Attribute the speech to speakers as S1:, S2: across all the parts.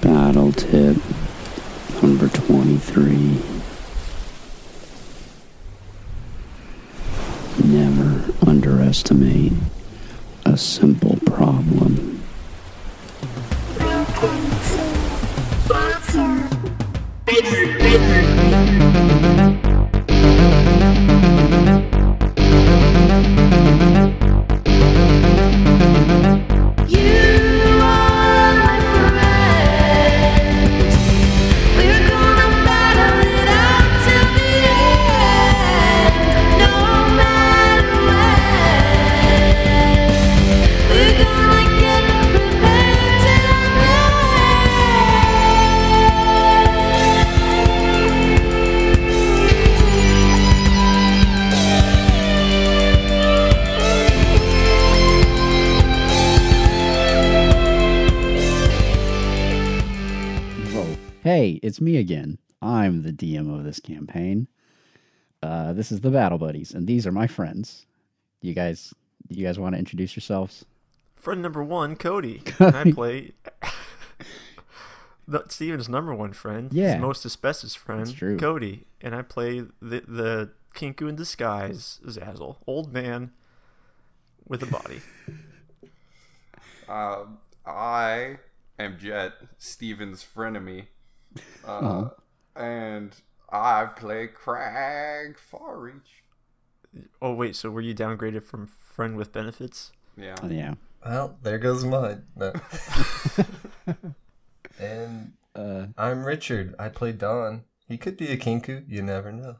S1: Battle tip number 23. Never underestimate a simple problem. Hey, it's me again. I'm the DM of this campaign. Uh, this is the Battle Buddies, and these are my friends. You guys, you guys want to introduce yourselves?
S2: Friend number one, Cody. And I play the, Steven's number one friend.
S1: Yeah.
S2: His most asbestos friend,
S1: true.
S2: Cody. And I play the, the Kinku in disguise, Zazzle. Old man with a body.
S3: Um, I am Jet, Steven's frenemy. Uh,
S1: Uh-huh.
S3: And I play Crag Farreach.
S2: oh, wait, so were you downgraded from friend with benefits?
S3: Yeah.
S1: Oh, yeah.
S4: Well, there goes mine. No. and
S1: Uh,
S4: I'm Richard. I play Don. He could be a kinku. You never know.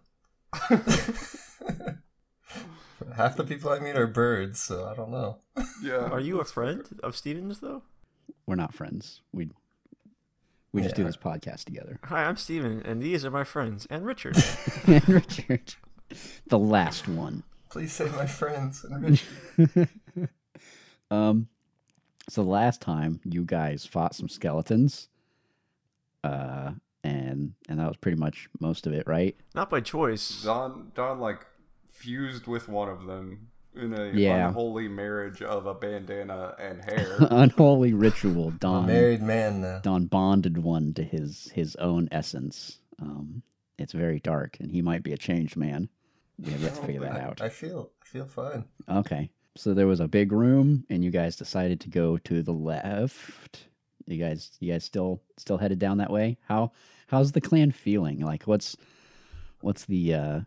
S4: Half the people I meet are birds, so I don't know.
S3: Yeah.
S2: Are you a friend of Steven's, though?
S1: we're not friends. We we just do
S4: Yeah.
S1: this podcast together.
S2: Hi, I'm Steven, and these are my friends, and Richard.
S1: and Richard, the last one.
S4: Please say my friends. And Richard.
S1: um, so last time you guys fought some skeletons, uh, and and that was pretty much most of it, right?
S2: Not by choice.
S3: Don, Don, like, fused with one of them in a
S1: Yeah.
S3: unholy marriage of a bandana and hair.
S1: Unholy ritual.
S4: I'm a
S1: Don
S4: married man now.
S1: Don bonded one to his his own essence. Um, it's very dark, and he might be a changed man. We have yet to figure that
S4: I,
S1: out.
S4: I feel I feel fine.
S1: Okay. So there was a big room and you guys decided to go to the left. You guys you guys still still headed down that way? How how's the clan feeling? Like what's what's the uh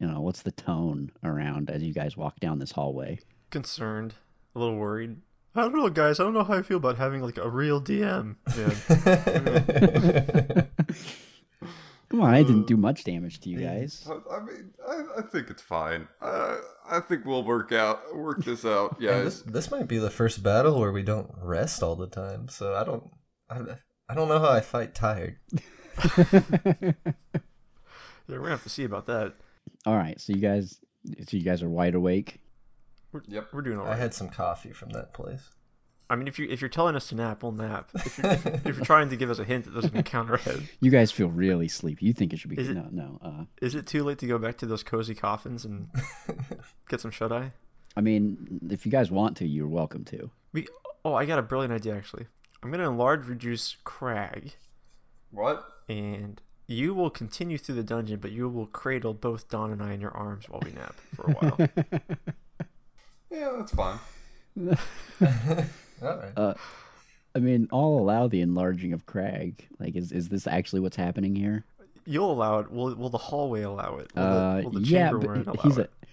S1: you know, what's the tone around as you guys walk down this hallway?
S2: Concerned. A little worried. I don't know, guys. I don't know how I feel about having, like, a real DM. Man.
S1: Come on, I
S2: Um,
S1: didn't do much damage to you guys.
S3: I I mean, I, I think it's fine. Uh, I think we'll work out, work this out,
S4: And this
S3: guys.
S4: this might be the first battle where we don't rest all the time, so I don't I, I don't know how I fight tired.
S2: Yeah, we're gonna have to see about that.
S1: All right, so you guys so you guys are wide awake.
S3: Yep.
S2: We're doing all
S4: I
S2: right.
S4: had some coffee from that place.
S2: I mean, if you if you're telling us to nap, we'll nap. If you're, if, if you're trying to give us a hint that there's an encounter ahead,
S1: You guys feel really sleepy. You think it should be
S2: Is it-
S1: no, no. Uh
S2: is it too late to go back to those cozy coffins and get some shut eye?
S1: I mean, if you guys want to, you're welcome to.
S2: We oh, I got a brilliant idea actually. I'm gonna enlarge, reduce Crag,
S3: What?
S2: and you will continue through the dungeon, but you will cradle both Don and I in your arms while we nap for a while.
S3: Yeah, that's fine.
S4: All right.
S1: I mean, I'll allow the enlarging of Crag. Like, is is this actually what's happening here?
S2: You'll allow it. Will will the hallway allow it? Will
S1: Uh,
S2: the, will the
S1: yeah,
S2: chamber
S1: but
S2: we're in allow
S1: he's
S2: it?
S1: a.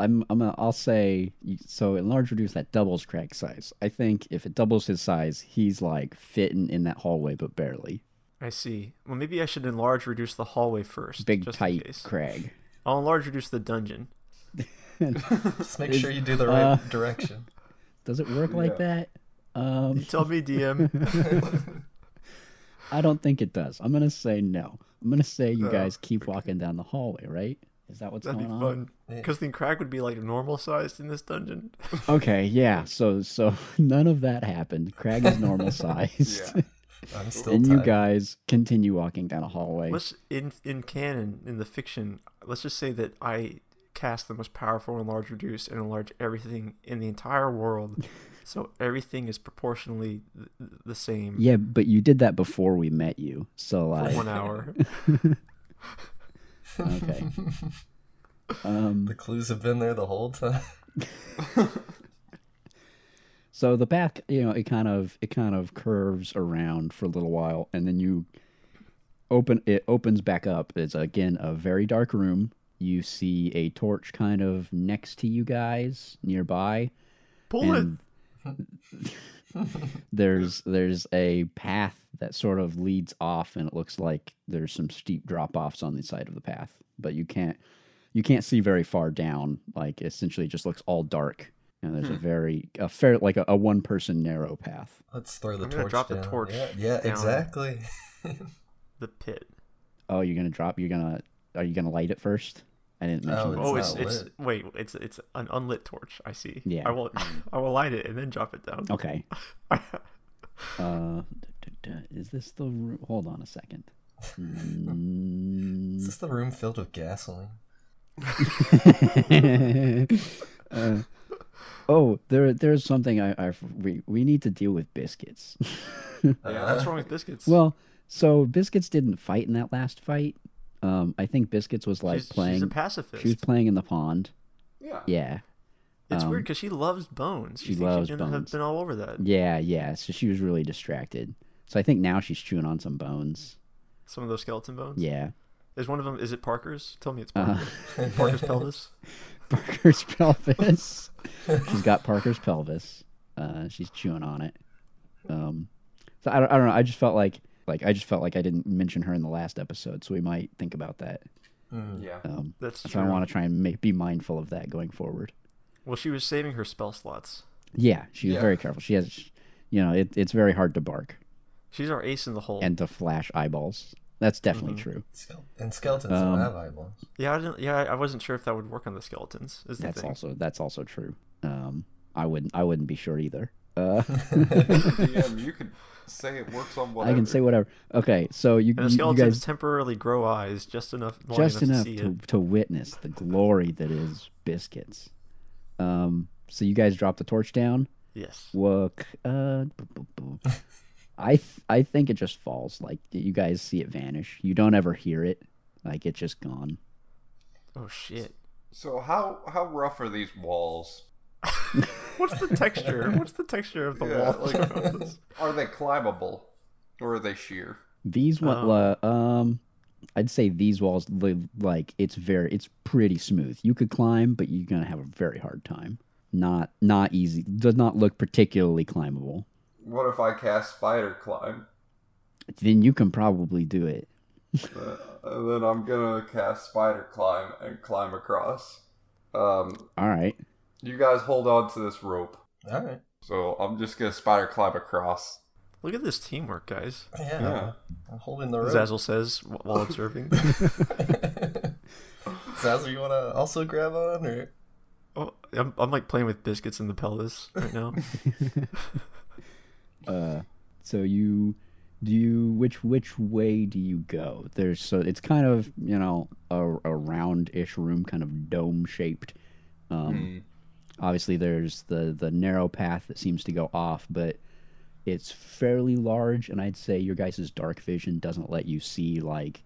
S1: I'm I'm a, I'll say so. Enlarge reduce that doubles Crag's size. I think if it doubles his size, he's like fitting in that hallway, but barely.
S2: I see. Well, maybe I should enlarge, reduce the hallway first.
S1: Big
S2: just in
S1: tight
S2: case.
S1: Crag.
S2: I'll enlarge, reduce the dungeon.
S4: Just make sure you do the
S1: uh,
S4: right direction.
S1: Does it work like that? Um,
S2: Tell me, DM.
S1: I don't think it does. I'm gonna say no. I'm gonna say you guys keep walking down the hallway, right? Is that what's
S2: Oh, That'd be
S1: going on?
S2: fun. Because then Crag would be like normal sized in this dungeon.
S1: Okay, yeah. So so none of that happened. Crag is normal sized.
S3: Yeah.
S4: I'm still
S1: and you
S4: tired.
S1: guys continue walking down a hallway.
S2: Let's in in canon in the fiction. Let's just say that I cast the most powerful enlarge reduce and enlarge everything in the entire world so everything is proportionally th- the same
S1: Yeah, but you did that before we met you. So
S2: for
S1: like
S2: one hour.
S1: okay. Um
S4: The clues have been there the whole time.
S1: So the back, you know, it kind of it kind of curves around for a little while, and then you open it opens back up. It's again a very dark room. You see a torch kind of next to you guys nearby,
S2: Pull it.
S1: and there's there's a path that sort of leads off, and it looks like there's some steep drop offs on the side of the path, but you can't you can't see very far down. Like essentially, it just looks all dark, and there's a
S2: Hmm.
S1: very a fair like a, a one person narrow path.
S4: Let's throw the
S2: I'm gonna
S4: torch
S2: drop the
S4: down.
S2: torch
S4: Yeah, yeah
S2: down.
S4: exactly.
S2: The pit.
S1: Oh, you're gonna drop. You're gonna. Are you gonna light it first? I didn't mention.
S4: It's
S1: that.
S2: oh, it's
S4: not
S2: it's
S4: lit.
S2: wait, it's it's an unlit torch. I see.
S1: Yeah.
S2: I will I will light it and then drop it down.
S1: Okay. Uh, duh, duh, duh. is this the? ru- Hold on a second.
S4: Is this the room filled with gasoline?
S1: Uh, oh, there, there's something I, I, we, we need to deal with biscuits.
S4: Uh,
S2: Yeah, what's wrong with biscuits?
S1: Oh. well, so biscuits didn't fight in that last fight. Um, I think biscuits was like
S2: she's,
S1: playing.
S2: she's a pacifist.
S1: she was playing in the pond.
S3: yeah.
S1: Yeah,
S2: it's
S1: um,
S2: weird because she loves bones.
S1: she
S2: She,
S1: loves
S2: loves she bones. Have
S1: bones.
S2: been all over that.
S1: yeah, yeah. So she was really distracted. So I think now she's chewing on some bones.
S2: Some of those skeleton bones.
S1: Yeah.
S2: Is one of them? Is it Parker's? Tell me it's
S1: Uh,
S2: Parker's. Parker's pelvis.
S1: Parker's pelvis. she's got Parker's pelvis. Uh, she's chewing on it. Um, so I don't, I don't know. I just felt like like I just felt like I didn't mention her in the last episode, so we might think about that.
S3: Yeah.
S1: Um,
S2: That's
S1: so
S2: true.
S1: I want to try and make, be mindful of that going forward.
S2: Well, she was saving her spell slots.
S1: Yeah, she was
S3: Yeah.
S1: very careful. She has, you know, it, it's very hard to bark
S2: She's our ace in the hole.
S1: and to flash eyeballs. That's definitely
S2: Mm-hmm.
S1: true.
S4: Skel- and skeletons
S1: Um,
S4: don't have eyeballs.
S2: yeah, I didn't, yeah, I wasn't sure if that would work on the skeletons. Is the
S1: That's
S2: thing.
S1: also that's also true. Um, I wouldn't I wouldn't be sure either. Uh,
S3: DM, you could say it works on whatever.
S1: I can say whatever. Okay, so you,
S2: And the
S1: you, you guys
S2: skeletons temporarily grow eyes just enough, long
S1: just enough
S2: to see
S1: to,
S2: it.
S1: to witness the glory that is biscuits. Um, so you guys drop the torch down.
S2: Yes.
S1: Look, uh, bu- bu- bu- I th- I think it just falls. Like you guys see it vanish. You don't ever hear it. Like it's just gone.
S2: Oh shit.
S3: So how how rough are these walls?
S2: What's the texture? What's the texture of the
S3: Yeah,
S2: wall?
S3: like- Are they climbable, or are they sheer?
S1: These one,
S2: Oh.
S1: la- um, I'd say these walls li- like it's very it's pretty smooth. You could climb, but you're gonna have a very hard time. Not not easy. Does not look particularly climbable.
S3: What if I cast spider climb?
S1: Then you can probably do it.
S3: Uh, and then I'm gonna cast spider climb and climb across. Um,
S1: All right.
S3: you guys hold on to this rope.
S4: All right.
S3: So I'm just gonna spider climb across.
S2: Look at this teamwork, guys.
S4: Yeah.
S3: Yeah.
S4: I'm holding the rope.
S2: Zazzle says wh- while observing.
S4: Zazzle, you want to also grab on? Or...
S2: oh, I'm, I'm like playing with biscuits in the pelvis right now.
S1: Uh, so you do you which which way do you go? There's so it's kind of you know a, a round-ish room, kind of dome shaped.
S3: Hmm. Mm.
S1: Um, Obviously, there's the the narrow path that seems to go off, but it's fairly large, and I'd say your guys' dark vision doesn't let you see like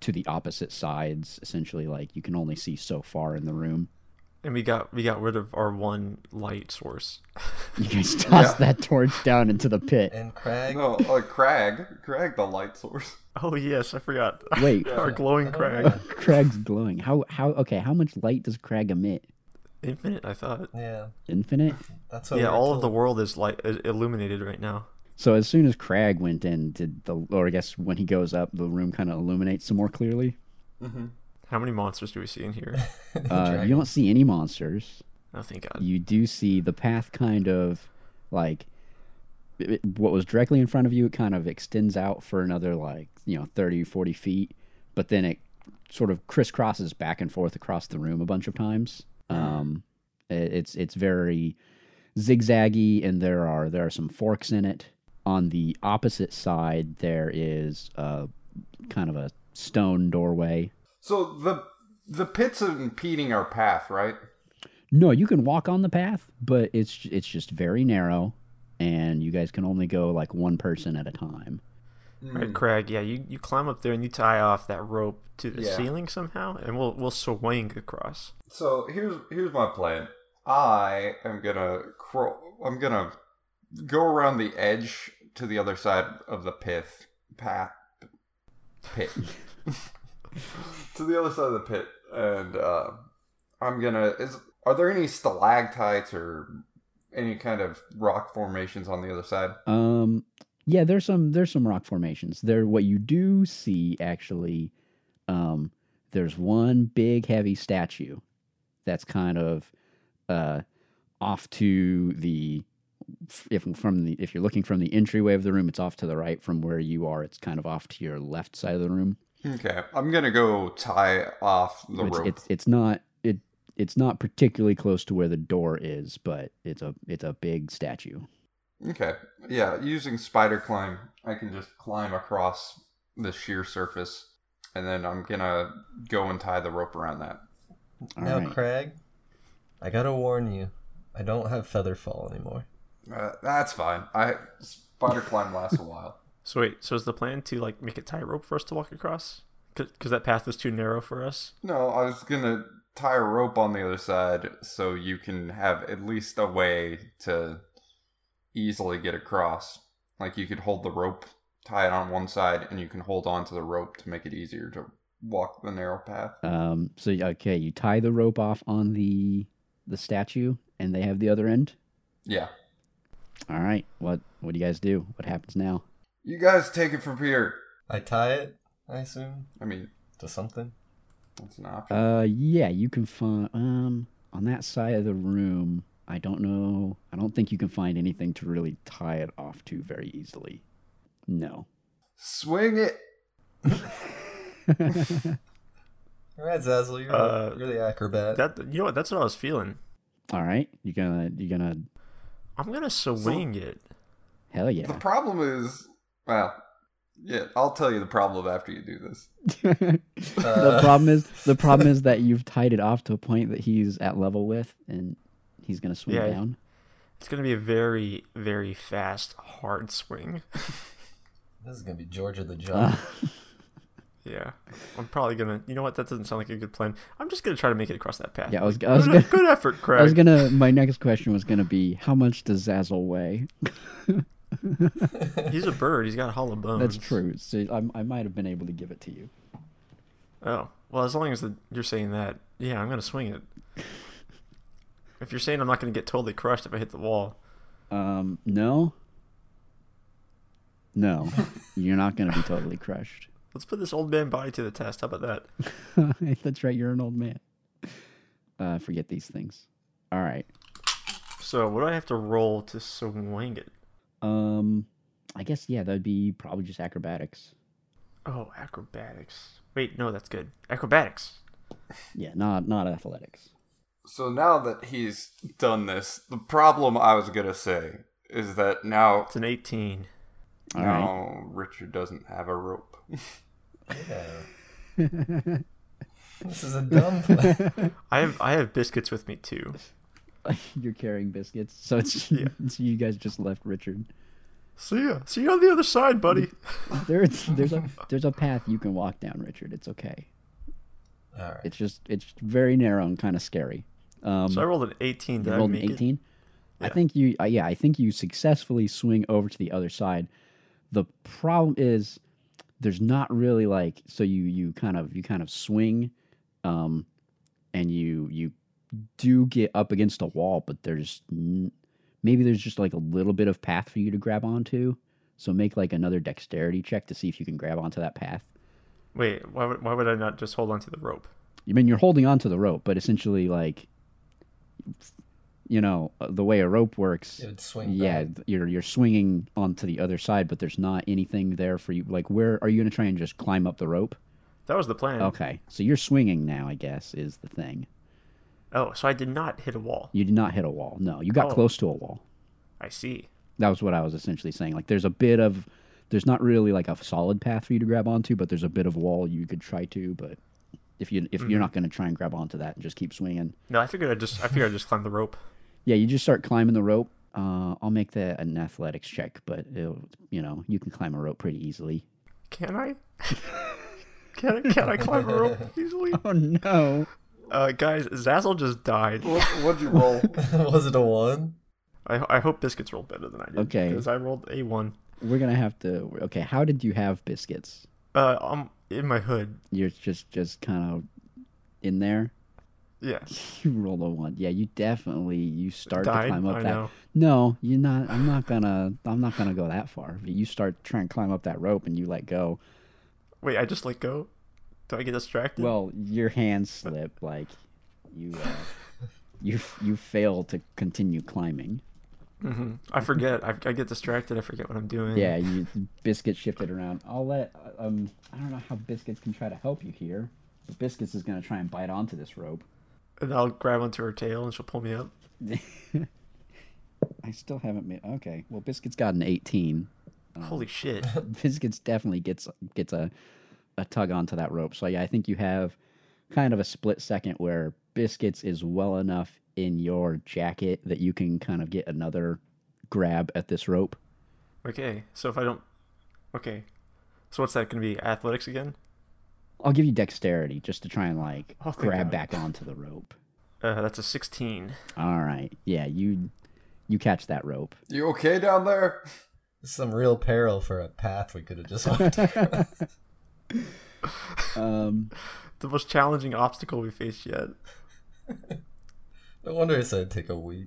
S1: to the opposite sides. Essentially, like you can only see so far in the room.
S2: and we got we got rid of our one light source.
S1: You guys toss
S3: Yeah.
S1: that torch down into the pit.
S4: And Crag?
S3: No, uh, Crag, Crag, the light source.
S2: Oh yes, I forgot.
S1: Wait,
S2: our glowing crag.
S1: Crag's glowing. How how okay? How much light does Crag emit?
S2: Infinite, I thought.
S4: Yeah.
S1: Infinite.
S4: That's what
S2: Oh, yeah,
S4: we're
S2: all of
S4: told.
S2: the world is light is illuminated right now.
S1: So as soon as Crag went in, did the or I guess when he goes up, the room kind of illuminates some more clearly.
S2: How many monsters do we see in here?
S1: Uh, you don't see any monsters.
S2: Oh, thank God.
S1: You do see the path kind of like it- it- what was directly in front of you. It kind of extends out for another like you know 30, 40 feet, but then it sort of crisscrosses back and forth across the room a bunch of times. Um, it- it's it's very zigzaggy and there are there are some forks in it on the opposite side there is a kind of a stone doorway
S3: So the the pit's impeding our path, right?
S1: No, you can walk on the path, but it's it's just very narrow, and you guys can only go like one person at a time.
S3: Mm.
S2: Right, Craig. Yeah, you, you climb up there and you tie off that rope to the
S3: Yeah.
S2: ceiling somehow, and we'll we'll swing across.
S3: So here's here's my plan. I am gonna crawl. I'm gonna go around the edge to the other side of the pith path pit to the other side of the pit, and uh, I'm gonna. Is are there any stalactites or any kind of rock formations on the other side?
S1: Um, yeah, there's some there's some rock formations. There, what you do see actually, um, there's one big heavy statue that's kind of uh, off to the f- if from the if you're looking from the entryway of the room, it's off to the right from where you are. It's kind of off to your left side of the room.
S3: Okay, I'm gonna go tie off the
S1: it's,
S3: rope.
S1: it's it's not it it's not particularly close to where the door is, but it's a it's a big statue.
S3: Okay. Yeah, using spider climb, I can just climb across the sheer surface, and then I'm gonna go and tie the rope around that.
S1: All
S4: now,
S1: right.
S4: Craig, I gotta warn you, I don't have feather fall anymore.
S3: Uh, that's fine. I spider climb lasts a while.
S2: So wait, so is the plan to like make a tie rope for us to walk across? Because that path was too narrow for us.
S3: No, I was gonna tie a rope on the other side so you can have at least a way to easily get across. Like you could hold the rope, tie it on one side, and you can hold on to the rope to make it easier to walk the narrow path.
S1: Um, so y- okay, you tie the rope off on the the statue, and they have the other end.
S3: Yeah.
S1: All right, what what do you guys do? What happens now?
S3: You guys take it from here.
S4: I tie it, I assume,
S3: I mean,
S4: to something.
S3: That's an option.
S1: Uh, yeah, you can find um on that side of the room. I don't know. I don't think you can find anything to really tie it off to very easily. No.
S3: Swing it.
S4: All right, Zazzle, you're,
S2: Uh,
S4: you're the acrobat.
S2: That you know what? That's what I was feeling.
S1: All right, you're gonna you're gonna
S2: I'm gonna swing it.
S1: hell
S3: The
S1: yeah.
S3: problem is, well, yeah, I'll tell you the problem after you do this.
S1: the
S4: Uh,
S1: problem is the problem is that you've tied it off to a point that he's at level with, and he's gonna swing
S2: Yeah.
S1: down.
S2: It's gonna be a very very fast hard swing.
S4: This is gonna be Georgia the Giant.
S1: Uh,
S2: Yeah, I'm probably gonna. You know what? That doesn't sound like a good plan. I'm just gonna try to make it across that path.
S1: yeah, I was, I
S2: Good,
S1: was gonna,
S2: good effort, Craig.
S1: I was gonna. My next question was gonna be, how much does Zazzle weigh?
S2: He's a bird. He's got a hollow bones.
S1: That's true. So I, I might have been able to give it to you.
S2: Oh well, as long as the, you're saying that, yeah, I'm gonna swing it. If you're saying I'm not gonna get totally crushed if I hit the wall,
S1: Um, no. No, you're not gonna be totally crushed.
S2: let's put this old man body to the test. How about that?
S1: That's right. You're an old man. Uh, forget these things. All right.
S2: So what do I have to roll to swing it?
S1: Um, I guess yeah, that'd be probably just acrobatics.
S2: Oh, acrobatics. Wait, no, that's good. Acrobatics.
S1: Yeah, not not athletics.
S3: So now that he's done this, the problem I was gonna say is that now,
S2: It's an 18.
S1: All right.
S3: now Richard doesn't have a rope.
S4: Yeah. this is a dumb plan.
S2: I have I have biscuits with me too.
S1: You're carrying biscuits, so it's
S2: Yeah.
S1: so you guys just left Richard.
S2: See ya. See you on the other side, buddy.
S1: There's there's a there's a path you can walk down, Richard. It's okay.
S4: All right.
S1: It's just it's very narrow and kind of scary. Um,
S2: So I rolled an 18. Did
S1: you
S2: I
S1: rolled an
S2: make it?
S1: eighteen. I
S2: Yeah.
S1: think you uh, yeah I think you successfully swing over to the other side. The problem is there's not really like so you you kind of you kind of swing, um, and you you do get up against a wall, but there's n- maybe there's just like a little bit of path for you to grab onto. So make like another dexterity check to see if you can grab onto that path.
S2: Wait, why would, why would I not just hold on to the rope?
S1: I mean, you're holding onto the rope, but essentially, like, you know, uh, the way a rope works,
S4: It would swing.
S1: yeah,
S4: back.
S1: th- you're you're swinging onto the other side, but there's not anything there for you. Like, where are you going to try and just climb up the rope?
S2: That was the plan.
S1: Okay, so you're swinging now, I guess, is the thing.
S2: Oh, so I did not hit a wall.
S1: You did not hit a wall. No, you got
S2: Oh.
S1: close to a wall.
S2: I see.
S1: That was what I was essentially saying. Like, there's a bit of, there's not really like a solid path for you to grab onto, but there's a bit of wall you could try to, but If you if you're not going to try and grab onto that and just keep swinging,
S2: No, I figured I just I figured I just climb the rope.
S1: yeah, you just start climbing the rope. Uh, I'll make that an athletics check, but it'll, you know you can climb a rope pretty easily.
S2: Can I? can I? Can I climb a rope easily?
S1: Oh no!
S2: Uh, guys, Zazzle just died.
S3: What, what'd you roll?
S4: was it a one?
S2: I, I hope biscuits rolled better than I did.
S1: Okay.
S2: Because I rolled a one.
S1: We're gonna have to. Okay, how did you have biscuits?
S2: Uh, I'm in my hood.
S1: You're just just kind of in there.
S2: Yeah.
S1: You roll a one. Yeah, you definitely you start
S2: Died?
S1: to climb up
S2: I
S1: that.
S2: know.
S1: No, you're not. I'm not gonna. I'm not gonna go that far. But you start trying to climb up that rope and you let go.
S2: Wait, I just let go. Do I get distracted?
S1: Well, your hands slip. Like you, uh, you you fail to continue climbing.
S2: hmm I forget. I, I get distracted. I forget what I'm doing.
S1: Yeah, you biscuit shifted around. I'll let. Um, I don't know how biscuits can try to help you here. But biscuits is gonna try and bite onto this rope.
S2: And I'll grab onto her tail and she'll pull me up.
S1: I still haven't made. Okay, well, biscuits got an 18. Mm.
S2: Holy shit.
S1: Biscuits definitely gets gets a a tug onto that rope. So yeah, I think you have kind of a split second where biscuits is well enough in your jacket that you can kind of get another grab at this rope.
S2: Okay. So if I don't. Okay. So what's that going to be? Athletics again?
S1: I'll give you dexterity just to try and like
S2: Oh, thank
S1: grab
S2: God.
S1: back onto the rope.
S2: Uh, that's a 16.
S1: All right, yeah, you you catch that rope.
S3: You okay down there?
S4: Some real peril for a path we could have just walked.
S1: Um,
S2: The most challenging obstacle we faced yet.
S4: no wonder it said take a week.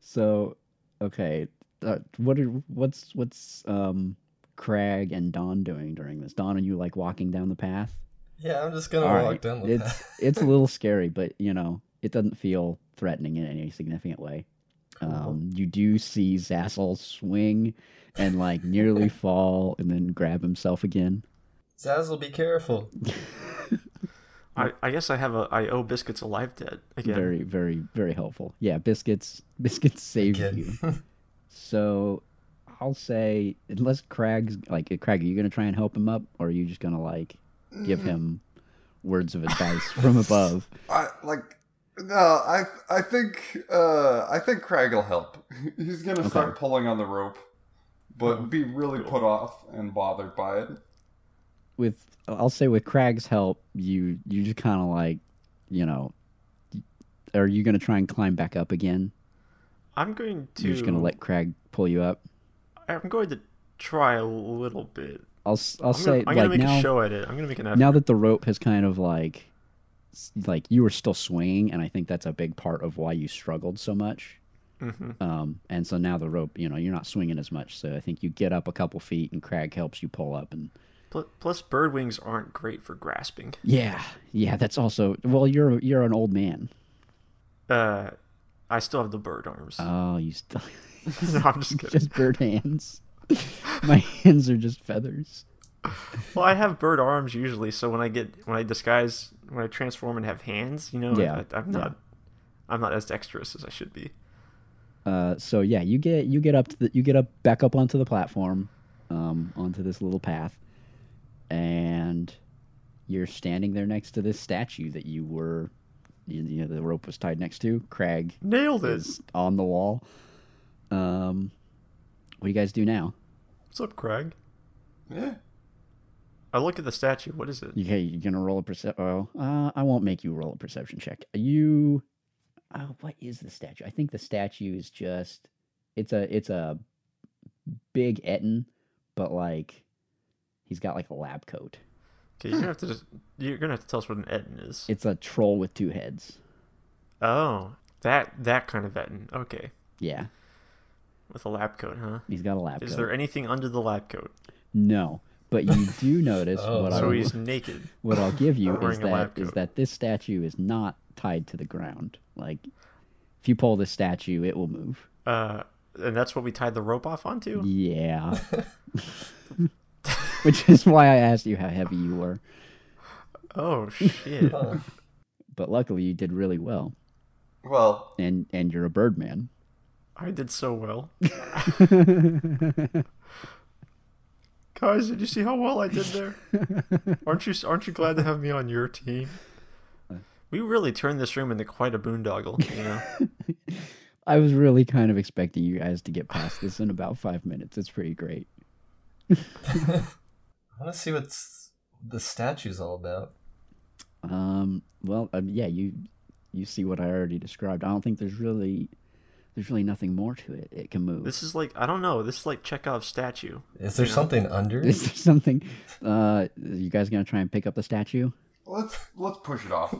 S1: so okay, uh, what are what's what's um Crag and Don doing during this? Don, are you like walking down the path?
S4: Yeah, I'm just gonna
S1: All
S4: walk
S1: right.
S4: down the
S1: it's
S4: path.
S1: it's a little scary, but you know it doesn't feel threatening in any significant way. Um, you do see Zazzle swing and like nearly fall and then grab himself again.
S4: Zazzle, be careful.
S2: I, I guess I have a. I owe Biscuits a life debt again.
S1: Very very very helpful. Yeah, biscuits biscuits saved you.
S4: Again.
S1: So I'll say unless Crag's like uh, Crag, are you gonna try and help him up, or are you just gonna like give him words of advice from above?
S3: I like. No, I I think uh I think Craig will help. He's gonna start pulling on the rope, but be really put off and bothered by it.
S1: with I'll say with Crag's help, you you just kind of like, you know, are you gonna try and climb back up again?
S2: I'm going to.
S1: You're just gonna let Crag pull you up.
S2: I'm going to try a little bit.
S1: I'll s- I'll
S2: I'm
S1: say
S2: gonna, I'm gonna
S1: like
S2: make a
S1: now
S2: show at it. I'm gonna make an effort.
S1: now that the rope has kind of like s- like you were still swinging, and I think that's a big part of why you struggled so much.
S2: Mhm.
S1: Um, and so now the rope, you know, you're not swinging as much. So I think you get up a couple feet, and Crag helps you pull up, and
S2: Pl- Plus, bird wings aren't great for grasping.
S1: yeah, yeah, that's also well, you're you're an old man.
S2: Uh, I still have the bird arms.
S1: Oh, you still.
S2: no, I'm just kidding.
S1: just bird hands. My hands are just feathers.
S2: Well, I have bird arms usually, so when I get when I disguise when I transform and have hands, you know,
S1: Yeah,
S2: I, I'm
S1: yeah.
S2: not I'm not as dexterous as I should be.
S1: Uh, so yeah, you get you get up to the, you get up back up onto the platform, um, onto this little path, and you're standing there next to this statue that you were, you, you know, the rope was tied next to. Crag
S2: Nailed it.
S1: is on the wall. Um, what do you guys do now?
S2: What's up, Craig?
S3: Yeah.
S2: I look at the statue. What is it?
S1: Okay, you're gonna roll a perception. Oh, uh, I won't make you roll a perception check. You, oh, what is the statue? I think the statue is just it's a it's a big Etin, but like he's got like a lab coat.
S2: Okay, you're gonna have to just you're gonna have to tell us what an etin is.
S1: It's a troll with two heads.
S2: oh, that that kind of etin. Okay,
S1: Yeah,
S2: with a lab coat, huh?
S1: he's got a lab
S2: Is
S1: coat.
S2: there anything under the lab coat?
S1: No, but you do notice
S4: Oh,
S1: what
S2: So
S1: I
S2: he's naked.
S1: what I'll give you is
S2: Wearing a
S1: that
S2: lab
S1: is
S2: coat.
S1: that this statue is not tied to the ground. Like if you pull this statue, it will move.
S2: Uh, and that's what we tied the rope off onto.
S1: Yeah. Which is why I asked you how heavy you were.
S2: Oh shit!
S4: Huh.
S1: But luckily you did really well.
S3: Well,
S1: And and you're a birdman.
S2: I did so well. guys, did you see how well I did there? Aren't you aren't you glad to have me on your team? We really turned this room into quite a boondoggle, you know.
S1: I was really kind of expecting you guys to get past this in about five minutes. It's pretty great.
S4: I want to see what's the statue's all about.
S1: Um, well, um, yeah, you you see what I already described. I don't think there's really there's really nothing more to it. It can move.
S2: This is like I don't know. This is like Chekhov's statue.
S4: Is there
S2: Yeah.
S4: something under?
S1: Is there something? Uh, you guys gonna try and pick up the statue?
S3: Let's let's push it off.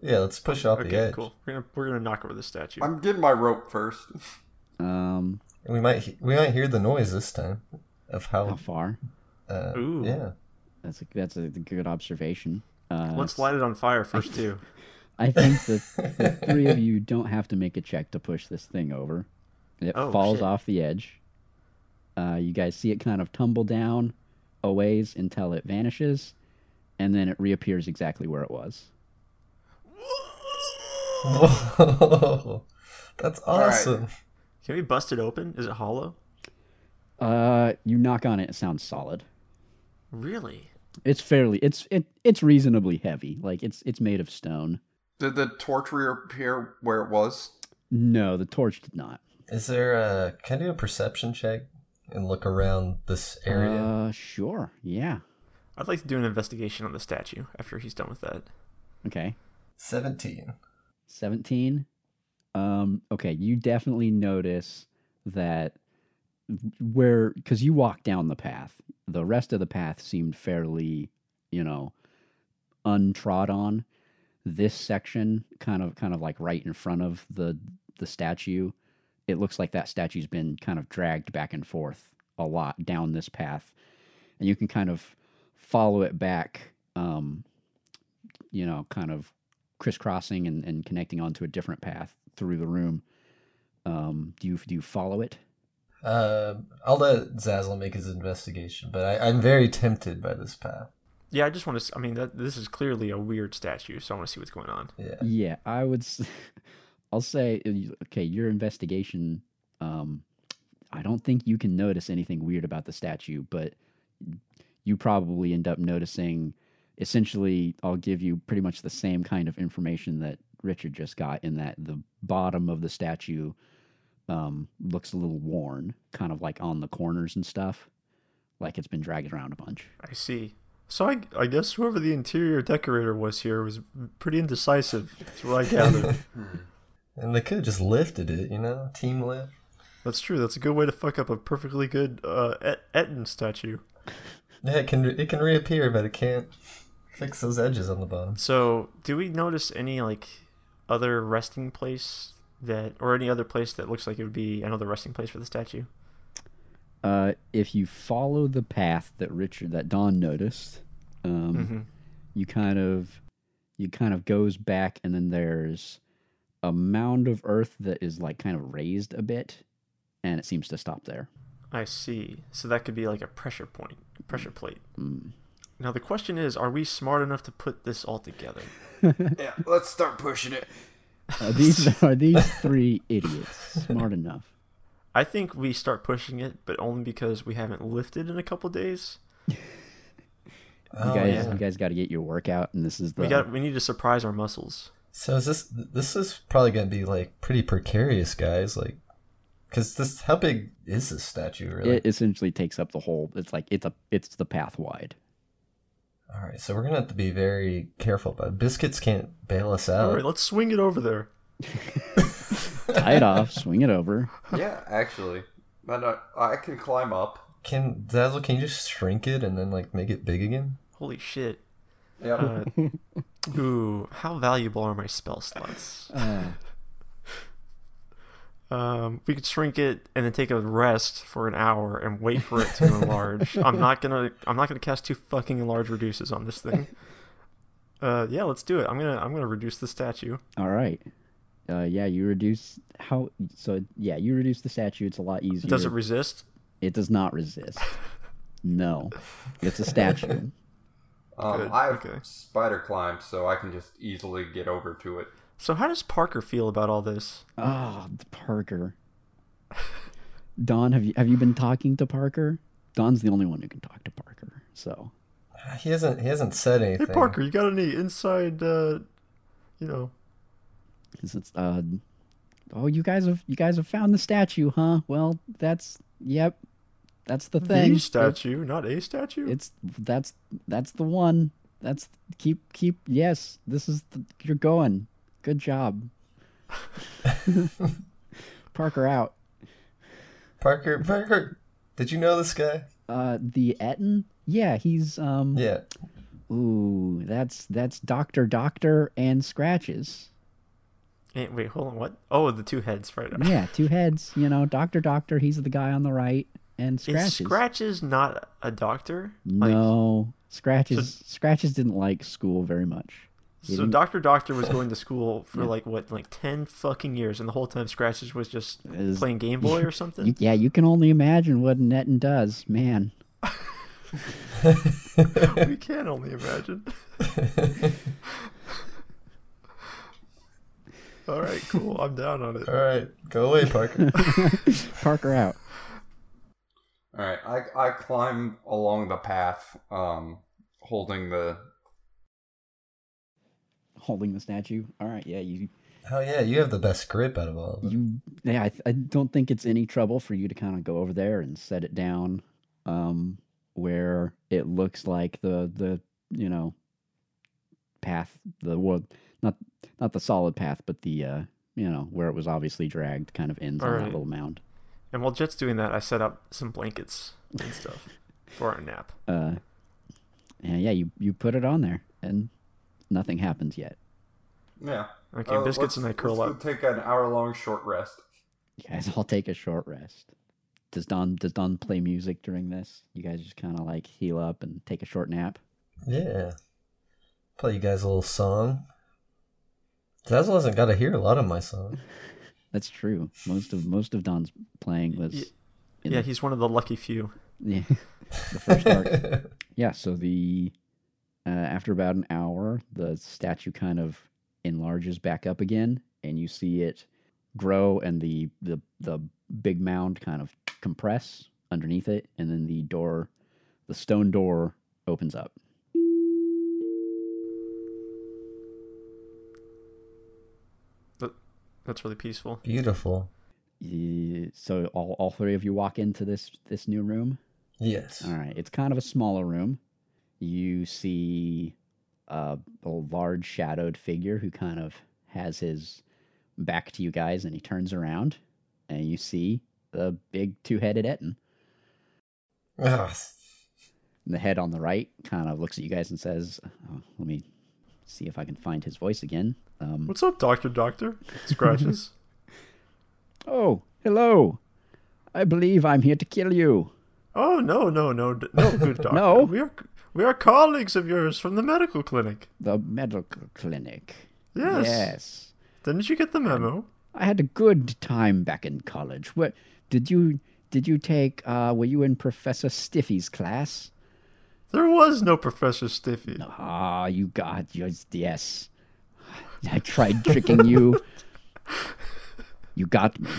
S4: Yeah, let's push off the
S2: Okay,
S4: edge.
S2: cool. We're gonna we're gonna knock over the statue.
S3: I'm getting my rope first.
S1: Um,
S4: We might he- we might hear the noise this time of
S1: how
S4: how.
S1: far?
S4: Uh,
S2: Oh. Ooh.
S4: Yeah.
S1: That's a, that's a good observation. Uh,
S2: Let's light it on fire first too.
S1: I think the, the three of you don't have to make a check to push this thing over. It
S2: Oh,
S1: falls
S2: shit.
S1: off the edge. Uh, you guys see it kind of tumble down a ways until it vanishes, and then it reappears exactly where it was.
S4: Whoa. That's
S3: right.
S4: awesome.
S2: Can we bust it open? Is it hollow?
S1: Uh, you knock on it; it sounds solid.
S2: Really?
S1: It's fairly it's it it's reasonably heavy. Like it's it's made of stone.
S3: Did the torch reappear where it was?
S1: No, the torch did not.
S4: Is there a can I do a perception check and look around this area?
S1: Uh, sure. Yeah.
S2: I'd like to do an investigation on the statue after he's done with that.
S1: Okay.
S4: Seventeen.
S1: 17 um okay you definitely notice that where because you walk down the path the rest of the path seemed fairly you know untrod on this section kind of kind of like right in front of the the statue it looks like that statue's been kind of dragged back and forth a lot down this path and you can kind of follow it back um you know kind of crisscrossing and, and connecting onto a different path through the room. Um, do you do you follow it?
S4: Uh, I'll let Zazzle make his investigation, but I, I'm very tempted by this path.
S2: Yeah, I just want to. I mean, that, this is clearly a weird statue, so I want to see what's going on.
S4: Yeah.
S1: Yeah, I would. s- I'll say uh, okay. Your investigation. Um, I don't think you can notice anything weird about the statue, but you probably end up noticing. Essentially, I'll give you pretty much the same kind of information that Richard just got, in that the bottom of the statue um, looks a little worn, kind of like on the corners and stuff, like it's been dragged around a bunch.
S2: I see. So I, I guess whoever the interior decorator was here was pretty indecisive. That's what I gathered.
S4: And they could have just lifted it, you know, team lift.
S2: That's true. That's a good way to fuck up a perfectly good uh, Et- Etten statue.
S4: Yeah, it can it can reappear, but it can't fix those edges on the bottom.
S2: So, do we notice any like other resting place that, or any other place that looks like it would be another resting place for the statue?
S1: Uh, if you follow the path that Richard, that Don noticed, um, you kind of, you kind of goes back, and then there's a mound of earth that is like kind of raised a bit, and it seems to stop there.
S2: I see. So that could be like a pressure point, a pressure plate.
S1: Mm.
S2: Now the question is, are we smart enough to put this all together?
S3: Yeah, let's start pushing it.
S1: Are these are these three idiots smart enough?
S2: I think we start pushing it, but only because we haven't lifted in a couple days.
S1: You
S4: Oh,
S1: guys,
S4: yeah.
S1: you guys got to get your workout, and this is the
S2: We got we need to surprise our muscles.
S4: So is this this is probably gonna be like pretty precarious, guys. Like, cause this how big is this statue really?
S1: it essentially takes up the whole. It's like it's a it's the path wide.
S4: All right, so we're gonna have to be very careful. But biscuits can't bail us out.
S2: All right, let's swing it over there.
S1: Tie it off, swing it over.
S3: yeah, actually, but I, I can climb up.
S4: Can Dazzle? Can you just shrink it and then like make it big again?
S2: Holy shit!
S3: Yep.
S2: Uh, ooh, how valuable are my spell slots?
S1: Uh,
S2: Um, we could shrink it and then take a rest for an hour and wait for it to enlarge. I'm not gonna I'm not gonna cast two fucking enlarge reduces on this thing. Uh, yeah, let's do it. I'm gonna I'm gonna reduce the statue.
S1: All right. Uh, yeah, you reduce how. So yeah, you reduce the statue. It's a lot easier.
S2: Does it resist?
S1: it does not resist. No, it's a statue.
S3: um,
S2: good,
S3: I have
S2: okay.
S3: spider climb, so I can just easily get over to it.
S2: So how does Parker feel about all this?
S1: Ah, the Parker. Don, have you have you been talking to Parker? Don's the only one who can talk to Parker. So
S4: Ah, He hasn't. He hasn't said
S2: Hey
S4: anything.
S2: Parker, you got any inside? Uh, you know,
S1: 'cause it's uh, oh, you guys have you guys have found the statue, huh? Well, that's yep, that's the thing.
S2: the statue, not a statue.
S1: It's that's that's the one. That's keep keep. Yes, this is the, you're going. Good job, Parker. Out.
S4: Parker. Parker. Did you know this guy?
S1: Uh, the Etten. Yeah, he's um.
S4: Yeah.
S1: Ooh, that's that's Doctor Doctor and Scratches.
S2: Eh, wait, hold on. What? Oh, the two heads, right?
S1: Yeah, two heads. You know, Doctor Doctor. He's the guy on the right, and
S2: Is
S1: Scratches.
S2: scratches not a doctor?
S1: no, Scratches. Scratches didn't like school very much. He
S2: So
S1: didn't-
S2: Doctor Doctor was going to school for like what, like ten fucking years, and the whole time Scratches was just
S1: Is-
S2: playing Game Boy or something.
S1: You- yeah, you can only imagine what Netton does, man.
S2: we can only imagine. All right, cool. I'm down on it.
S4: All right. Go away, Parker.
S1: Parker out.
S3: All right, I I climb along the path, um, holding the
S1: holding the statue. All right, yeah, you,
S4: Hell yeah, you have the best grip out of all of them.
S1: you, yeah. I, th- I don't think it's any trouble for you to kind of go over there and set it down, um, where it looks like the the you know path, the wood, not not the solid path, but the uh, you know where it was obviously dragged, kind of ends on that
S2: Alright.
S1: little mound.
S2: And while Jet's doing that, I set up some blankets and stuff for our nap.
S1: Uh, and yeah, you you put it on there, and nothing happens yet.
S3: yeah.
S2: Okay,
S3: Uh,
S2: biscuits
S3: let's-
S2: and I curl
S3: let's
S2: up.
S3: go Take an hour long short rest.
S1: You guys all take a short rest. Does Don does Don play music during this? You guys just kind of like heal up and take a short nap.
S4: Yeah. Play you guys a little song. Zazzle hasn't got to hear a lot of my songs.
S1: That's true. Most of most of Don's playing was
S2: Ye-
S1: in
S2: Yeah,
S1: the,
S2: he's one of the lucky few.
S1: yeah, the first arc. Yeah, so the uh, after about an hour, the statue kind of enlarges back up again, and you see it grow, and the the the big mound kind of compress underneath it, and then the door, the stone door opens up.
S2: That- That's really peaceful.
S4: Beautiful.
S1: Ye- so all, all three of you walk into this this new room
S4: Yes.
S1: all right it's kind of a smaller room you see uh, a large shadowed figure who kind of has his back to you guys and he turns around and you see the big two-headed etin
S4: Ah,
S1: and the head on the right kind of looks at you guys and says oh, let me see if i can find his voice again um,
S2: What's up, Doctor Doctor? Scratches.
S1: oh hello i believe i'm here to kill you
S2: oh no, no, no, d- no, good doctor.
S1: No.
S2: we are we are colleagues of yours from the medical clinic.
S1: the medical clinic
S2: Yes.
S1: yes
S2: Didn't you get the memo?
S1: I had a good time back in college. What did you did you take? Uh, were you in Professor Stiffy's class?
S2: There was no Professor Stiffy.
S1: Ah, you got yours. Yes, I tried tricking you. You got me.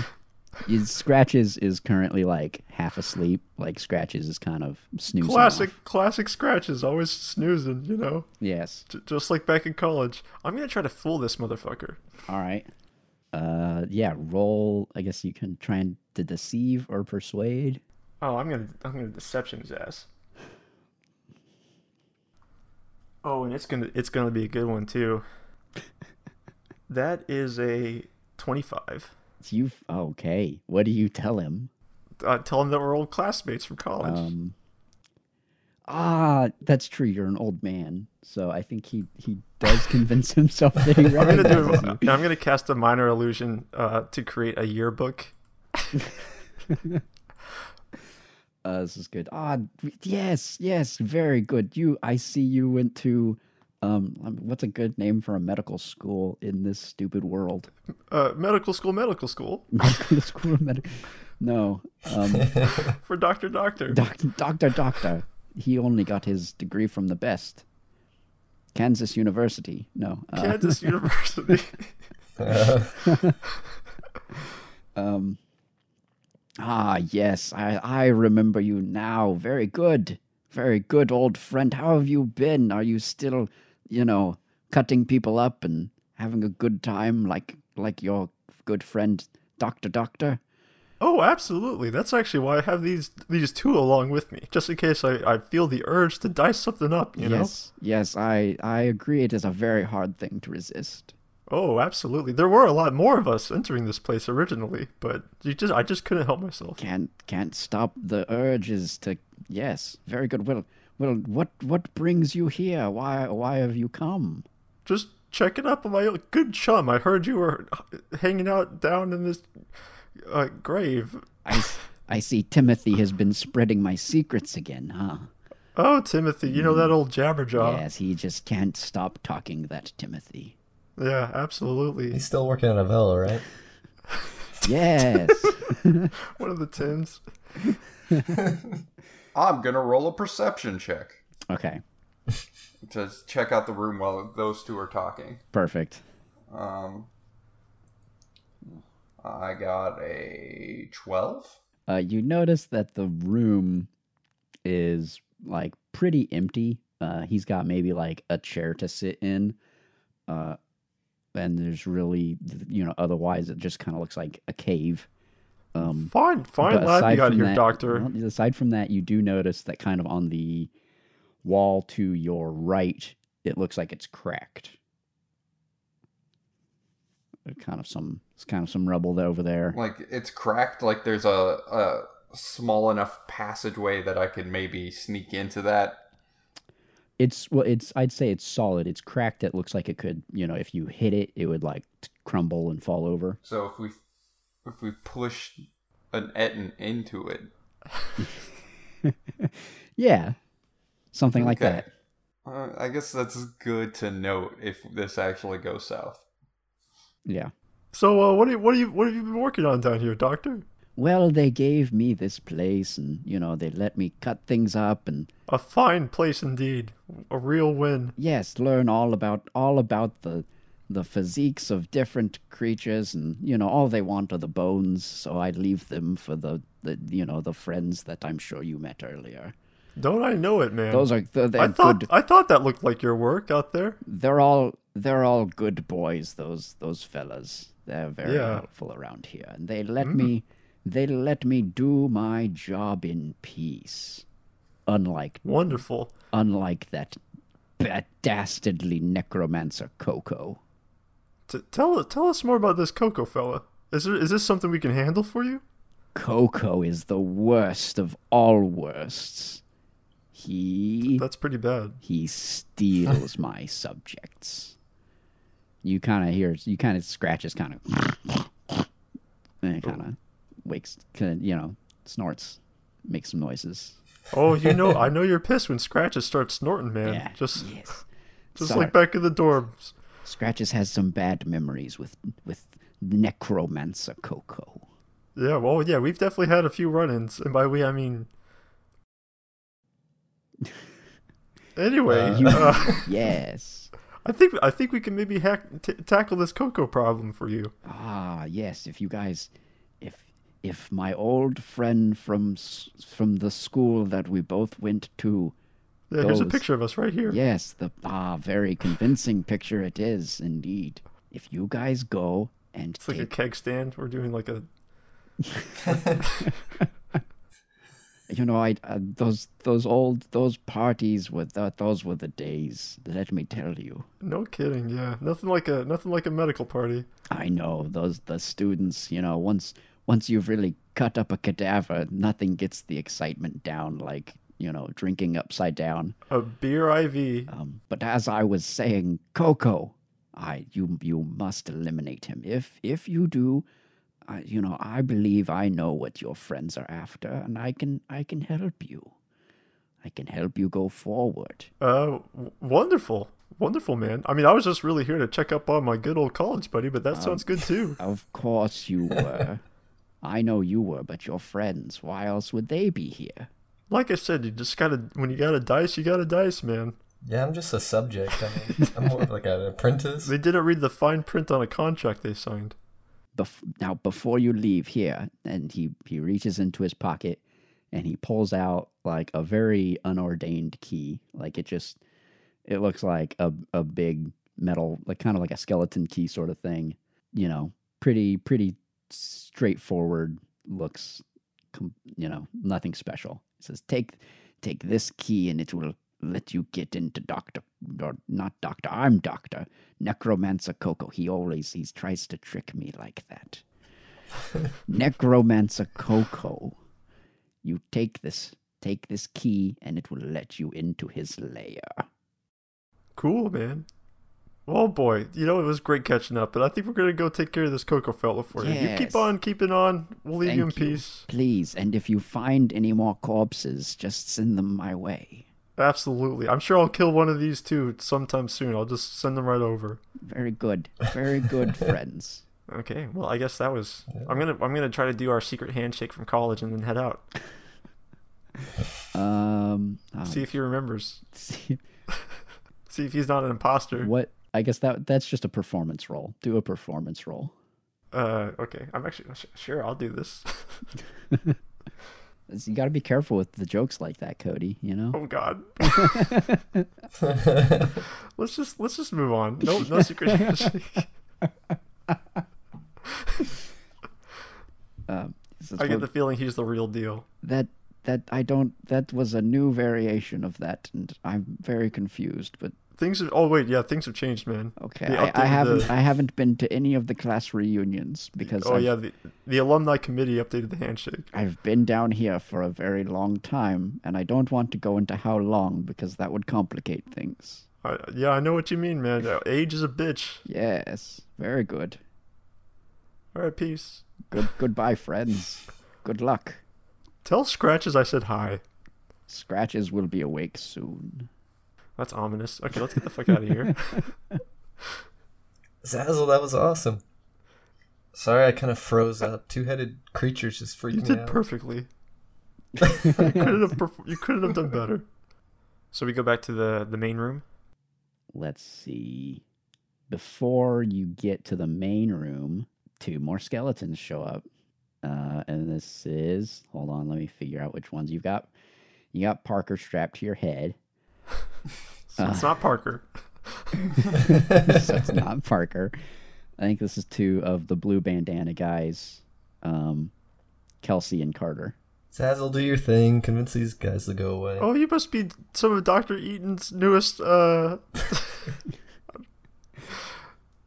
S1: You- Scratches is currently like half asleep. Like Scratches is kind of snoozing. off.
S2: Classic, classic scratches, always snoozing, you know,
S1: Yes.
S2: J- just like back in college. I'm gonna try to fool this motherfucker.
S1: All right. Uh, yeah. Roll. I guess you can try and to deceive or persuade.
S2: Oh, I'm gonna, I'm gonna deception his ass. Oh, and it's gonna, it's gonna be a good one too. that is a 25.
S1: You okay? What do you tell him?
S2: Uh, tell him that we're old classmates from college.
S1: Um, ah, that's true. You're an old man, so I think he he does convince himself that he
S2: I'm gonna do.
S1: recognizes you.
S2: I'm gonna cast a minor illusion uh, to create a yearbook.
S1: Uh, this is good. Ah, w- yes, yes, very good. You, I see you went to. Um, um, what's a good name for a medical school in this stupid world?
S2: Uh, medical school, medical school
S1: Medical school, of medic. No, um,
S2: for Doctor Doctor.
S1: doctor, doctor, doctor. He only got his degree from the best. Kansas University. No. uh,
S2: Kansas University.
S4: uh,
S1: Um, Ah, yes, I, I remember you now. Very good. Very good, old friend. How have you been? Are you still, you know, cutting people up and having a good time like like your good friend Dr. Doctor?
S2: Oh, absolutely. That's actually why I have these these two along with me, just in case I, I feel the urge to dice something up, you
S1: yes. Yes, I I agree it is a very hard thing to resist.
S2: know? Oh, absolutely. There were a lot more of us entering this place originally, but you just I just couldn't help myself.
S1: Can't can't stop the urges to yes, very good. Well well what what brings you here? Why why have you come?
S2: Just checking up on my old- good chum. I heard you were hanging out down in this uh, grave.
S1: I s- I see Timothy has been spreading my secrets again, huh?
S2: Oh, Timothy, you know that old jabberjaw.
S1: Yes, he just can't stop talking that Timothy.
S2: Yeah, absolutely.
S4: He's still working at Avella, right?
S1: Yes.
S2: One of the tins.
S3: I'm gonna roll a perception check
S1: okay.
S3: to check out the room while those two are talking.
S1: Perfect.
S3: Um, I got a twelve.
S1: Uh, you notice that the room is like pretty empty. Uh, he's got maybe like a chair to sit in. Uh, and there's really, you know, otherwise it just kind of looks like a cave. Um,
S2: Fine, fine
S1: But
S2: lad you
S1: aside
S2: got
S1: from
S2: here,
S1: that-
S2: doctor.
S1: well, aside from that, you do notice that kind of on the wall to your right, it looks like it's cracked. Uh, Kind of some, it's kind of some rubble there over there.
S3: Like it's cracked. Like there's a, a small enough passageway that I could maybe sneak into that.
S1: It's well, it's I'd say it's solid. It's cracked. It looks like it could, you know, if you hit it, it would like t- crumble and fall over.
S3: So if we if we push an Etten into it,
S1: Yeah, something like
S3: Okay.
S1: that.
S3: uh, I guess that's good to note if this actually goes south.
S1: Yeah.
S2: So, uh, what do you, what do you, what have you been working on down here, Doctor?
S1: Well, they gave me this place, and you know, they let me cut things up and
S2: A fine place indeed. A real win.
S1: yes learn all about all about the the physiques of different creatures and you know all they want are the bones so i leave them for the, the you know the friends that i'm sure you met earlier
S2: Don't I know it, man?
S1: those are they're, they're
S2: I thought
S1: good
S2: I thought that looked like your work out there.
S1: they're all they're all good boys those those fellas they're very
S2: Yeah. Hmm.
S1: helpful around here and they let me they let me do my job in peace unlike
S2: Wonderful.
S1: unlike that that dastardly necromancer coco
S2: T- tell tell us more about this Coco fella. Is there, is this something we can handle for you?
S1: Coco is the worst of all worsts. He
S2: That's pretty bad.
S1: he steals my subjects. You kind of hear you kind of scratches kind of and kind of wakes kind of you know snorts, makes some noises.
S2: Oh, you know, I know you're pissed when Scratches starts snorting, man.
S1: yeah,
S2: Just
S1: yes.
S2: just
S1: Sorry.
S2: like back in the dorms.
S1: Scratches has some bad memories with with necromancer Coco.
S2: Yeah. Well, yeah, we've definitely had a few run-ins, and by we I mean. Anyway, uh,
S1: Yes.
S2: I think I think we can maybe hack, t- tackle this Coco problem for you.
S1: Ah, yes. If you guys, if if my old friend from s- from the school that we both went to,
S2: Yeah, here's a
S1: Goes.
S2: picture of us right here.
S1: yes, the ah, very convincing picture it is indeed. If you guys go and
S2: It's like a
S1: take,
S2: keg stand. We're doing like a
S1: you know, I uh, those those old those parties were th- those were the days. Let me tell you.
S2: no kidding. Yeah, nothing like a nothing like a medical party.
S1: I know those the students. You know, once once you've really cut up a cadaver, nothing gets the excitement down like you know drinking upside down.
S2: A beer IV.
S1: Um, but as I was saying, Coco, I you you must eliminate him. If if you do, I, you know I believe I know what your friends are after, and I can I can help you. I can help you go forward.
S2: Uh, w- wonderful, wonderful man. I mean, I was just really here to check up on my good old college buddy, but that sounds good too.
S1: Of course you were. I know you were, but your friends. Why else would they be here?
S2: Like I said, you just gotta when you got a dice, you got a dice, man.
S4: Yeah, I'm just a subject. I mean, I'm more of like an apprentice.
S2: They didn't read the fine print on a contract they signed.
S1: Bef- now before you leave here, and he he reaches into his pocket and he pulls out like a very unordained key. Like it just it looks like a a big metal, like kind of like a skeleton key sort of thing. You know, pretty pretty straightforward. Looks, com- you know, nothing special. It says take take this key and it will let you get into Doctor or not Doctor. I'm Doctor Necromancer Coco. He always he tries to trick me like that. Necromancer Coco. You take this take this key and it will let you into his lair.
S2: Cool, man. Oh boy, you know it was great catching up, but I think we're gonna go take care of this Coco fella for you. You
S1: Yes.
S2: keep on keeping on. We'll leave you in
S1: Thank you.
S2: peace.
S1: Please, and if you find any more corpses, just send them my way.
S2: Absolutely. I'm sure I'll kill one of these two sometime soon. I'll just send them right over.
S1: Very good. Very good friends.
S2: Okay. Well, I guess that was. I'm gonna I'm gonna try to do our secret handshake from college and then head out.
S1: Um oh,
S2: See if he remembers.
S1: see-
S2: See if he's not an imposter.
S1: what I guess that that's just a performance role. Do a performance role.
S2: Uh. Okay. I'm actually sh- sure I'll do this.
S1: It's- You got to be careful with the jokes like that, Cody, you know?
S2: oh God. let's just let's just move on. No no secret handshake.
S1: This is
S2: I get
S1: what-
S2: the feeling he's the real deal.
S1: that that I don't that was a new variation of that and I'm very confused, but
S2: Things have, oh wait, yeah, things have changed, man.
S1: okay.
S2: They
S1: I, I
S2: updated
S1: haven't
S2: the-
S1: I haven't been to any of the class reunions because
S2: Oh
S1: I've,
S2: yeah, the, the alumni committee updated the handshake.
S1: I've been down here for a very long time and I don't want to go into how long because that would complicate things.
S2: I, yeah, I know what you mean, man. Uh, Age is a bitch.
S1: Yes, very good.
S2: All right, peace.
S1: Good goodbye friends. Good luck.
S2: Tell Scratches I said hi.
S1: Scratches will be awake soon.
S2: That's ominous. Okay, let's get the fuck out of here.
S4: Zazzle, that was awesome. Sorry, I kind of froze up. Two-headed creatures just freaked
S2: You
S4: me
S2: did
S4: out.
S2: perfectly. you couldn't have perf- you couldn't have done better. So we go back to the the main room.
S1: let's see. Before you get to the main room, two more skeletons show up. Uh, and this is, hold on, let me figure out which ones you've got. You got Parker strapped to your head.
S2: So it's not Parker.
S1: so it's not Parker. I think this is two of the blue bandana guys, um, Kelsey and Carter.
S4: Zazzle, do your thing. Convince these guys to go away.
S2: Oh, you must be some of Doctor Eaton's newest. uh...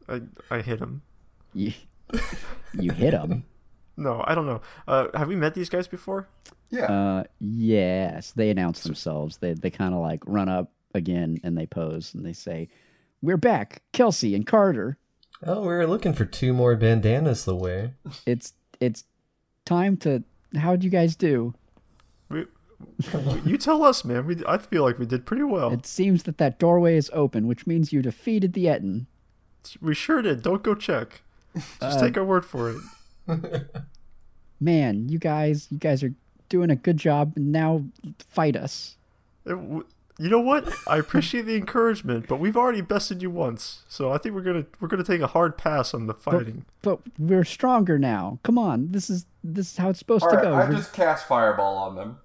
S2: I I hit him.
S1: You, you hit them.
S2: No, I don't know. Uh, have we met these guys before?
S3: Yeah.
S1: Uh, yes, they announce themselves. They they kind of like run up again and they pose and they say, "We're back, Kelsey and Carter.
S4: Oh, we were looking for two more bandanas to wear.
S1: It's it's time to how'd you guys do?
S2: We, you tell us, man. We I feel like we did pretty well.
S1: It seems that that doorway is open, which means you defeated the Etten.
S2: we sure did. Don't go check. Just take our word for it.
S1: Man, you guys you guys are doing a good job. And now fight us.
S2: It Uh, w- you know what? I appreciate the encouragement, but we've already bested you once, so I think we're gonna we're gonna take a hard pass on the fighting.
S1: But we're stronger now. Come on, this is this is how it's supposed
S3: All
S1: to
S3: right,
S1: go.
S3: I
S1: We're-
S3: just cast fireball on them.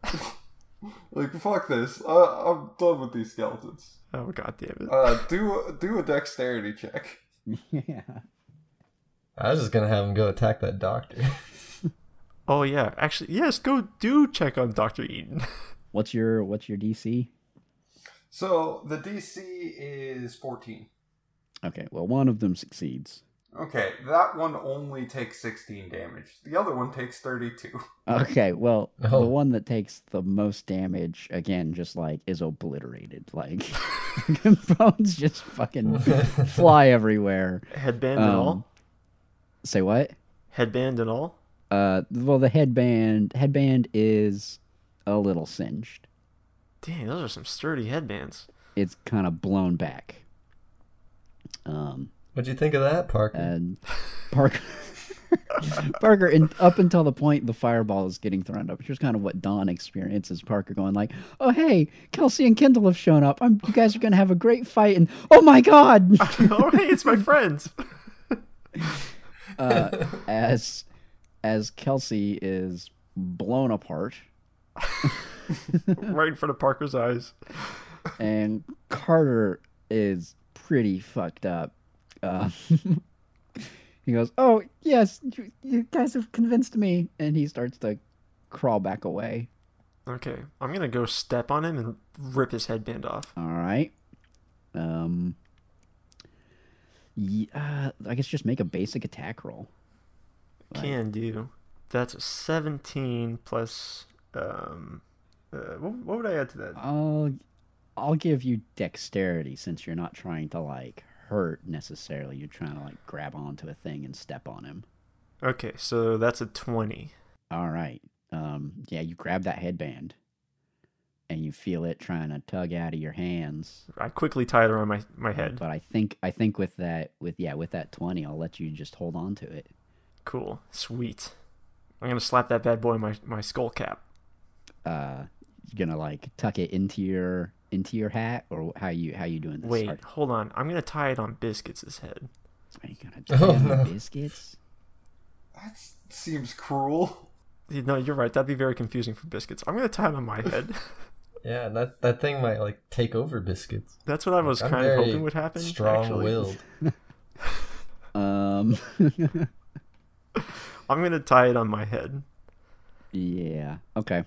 S3: like fuck this. Uh, I'm done with these skeletons.
S2: Oh god damn it!
S3: Uh, do do a dexterity check.
S1: yeah.
S4: I was just gonna have him go attack that doctor.
S2: oh yeah, actually yes, go do check on Doctor Eaton.
S1: What's your what's your DC?
S3: So the DC is 14.
S1: Okay, well one of them succeeds.
S3: Okay, that one only takes 16 damage. The other one takes 32.
S1: Okay, well,
S4: Oh.
S1: the one that takes the most damage again, just like is obliterated. Like bones just fucking fly everywhere.
S2: Headband and
S1: Um,
S2: all.
S1: Say what?
S2: Headband and all.
S1: Uh, well, the headband headband is a little singed.
S2: Dang, those are some sturdy headbands.
S1: It's kind of blown back. Um,
S4: What'd you think of that,
S3: Uh,
S4: Parker?
S1: and Parker. Parker, in, up until the point the fireball is getting thrown up, here's kind of what Don experiences. Parker going like, "Oh hey, Kelsey and Kendall have shown up. I'm, you guys are gonna have a great fight." And oh my god,
S2: oh hey, it's my friends.
S1: uh, as as Kelsey is blown apart
S2: right in front of Parker's eyes.
S1: and Carter is pretty fucked up. Uh, he goes, "Oh yes, you, you guys have convinced me," and he starts to crawl back away.
S2: Okay, I'm gonna go step on him and rip his headband off.
S1: All right. Um. ye- uh, I guess just make a basic attack roll. Right.
S2: Can do. That's a 17 plus. Um, uh, what, what would I add to that?
S1: I'll I'll give you dexterity since you're not trying to like hurt necessarily. You're trying to like grab onto a thing and step on him.
S2: Okay, so that's a 20.
S1: All right. Um, yeah, you grab that headband and you feel it trying to tug out of your hands.
S2: I quickly tie it around my, my head.
S1: But I think I think with that with yeah, with that 20, I'll let you just hold on to it.
S2: Cool. Sweet. I'm gonna slap that bad boy in my, my skull cap.
S1: Uh you're going to like tuck it into your into your hat or how you how you doing this?
S2: Wait,
S1: Are,
S2: hold on. I'm gonna tie it on Biscuits' head.
S1: are you going to tuck it in
S4: no.
S1: the biscuits?
S3: That seems cruel.
S2: You- No, you're right. That'd be very confusing for Biscuits. I'm gonna tie it on my head.
S4: Yeah, and that that thing might like take over biscuits.
S2: That's what I was
S4: I'm
S2: kind of
S4: very
S2: hoping would happen. actually.
S4: Strong-willed.
S1: Um
S2: I'm gonna tie it on my head.
S1: Yeah. Okay.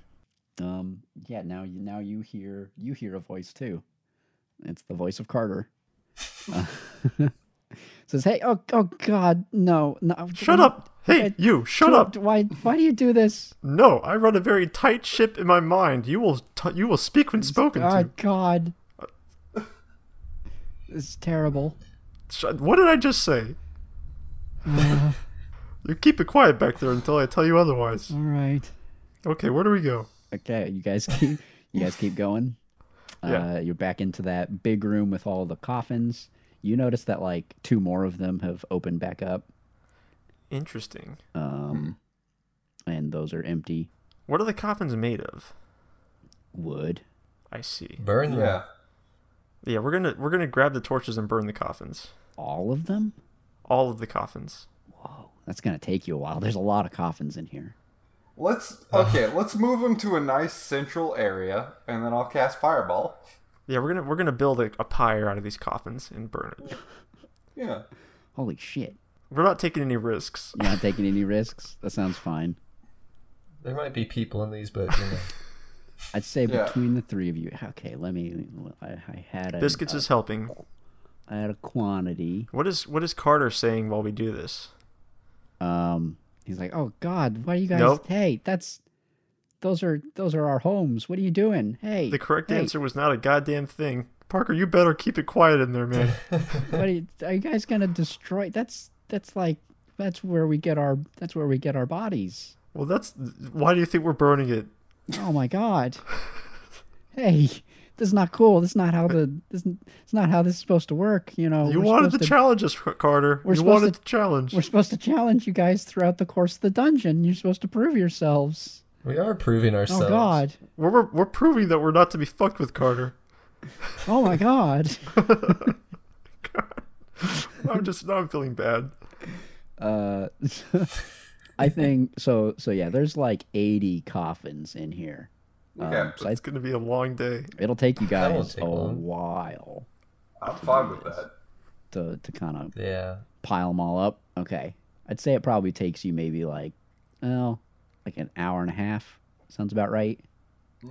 S1: Um. Yeah. Now you now you hear you hear a voice too. It's the voice of Carter. Uh, says, "Hey, oh, oh God, no, no!
S2: Shut up! Hey,
S1: I-
S2: you! Shut
S1: Dude,
S2: up!
S1: Why why do you do this?
S2: No, I run a very tight ship in my mind. You will, t- you will speak when spoken
S1: Oh
S2: to.
S1: God, this is terrible.
S2: Sh- What did I just say? you keep it quiet back there until I tell you otherwise.
S1: All right.
S2: Okay, where do we go?
S1: Okay, you guys keep you guys keep going.
S2: Yeah.
S1: Uh, you're back into that big room with all the coffins. You notice that like two more of them have opened back up.
S2: Interesting.
S1: Um,
S2: Hmm.
S1: and those are empty
S2: What are the coffins made of?
S1: wood.
S2: I see.
S4: Burn
S1: Hmm.
S4: them.
S3: Yeah.
S2: Yeah, we're gonna we're gonna grab the torches and burn the coffins.
S1: All of them?
S2: All of the coffins.
S1: Whoa, that's gonna take you a while. There's a lot of coffins in here.
S3: Let's okay. let's move him to a nice central area, and then I'll cast fireball.
S2: Yeah, we're gonna we're gonna build a, a pyre out of these coffins and burn it.
S3: Yeah.
S1: Holy shit!
S2: We're not taking any risks.
S1: You're not taking any risks. That sounds fine.
S4: There might be people in these, but you know.
S1: I'd say
S3: Yeah.
S1: between the three of you. Okay, let me. I, I had a
S2: Biscuits
S1: uh,
S2: is helping.
S1: I had a quantity.
S2: What is what is Carter saying while we do this?
S1: Um, he's like, "Oh God, why are you guys?
S2: Nope.
S1: Hey, that's those are those are our homes. What are you doing? Hey,
S2: The correct
S1: hey,
S2: answer was not a goddamn thing. Parker, you better keep it quiet in there, man.
S1: What are you, are you guys gonna destroy? That's that's like that's where we get our that's where we get our bodies.
S2: well, that's why do you think we're burning it?
S1: Oh my god. Hey, this is not cool. This is not how the this it's not how this is supposed to work, you know.
S2: You
S1: We're
S2: wanted to
S1: supposed
S2: challenge us, Carter.
S1: We're
S2: you
S1: supposed
S2: wanted
S1: to-
S2: to challenge.
S1: We're supposed to challenge you guys throughout the course of the dungeon. You're supposed to prove yourselves.
S4: we are proving ourselves.
S1: Oh god.
S2: We're, we're we're proving that we're not to be fucked with, Carter.
S1: Oh my god.
S2: I'm just now I'm feeling bad.
S1: Uh I think so so yeah, there's like 80 coffins in here.
S3: Okay.
S1: Um, so I-
S2: It's gonna be a long day.
S1: it'll take you
S4: That won't
S1: guys
S4: take
S1: a
S4: long.
S1: while
S3: I'm fine with that.
S1: to to kind of
S4: Yeah.
S1: pile them all up. Okay. I'd say it probably takes you maybe like, well, like an hour and a half. Sounds about right.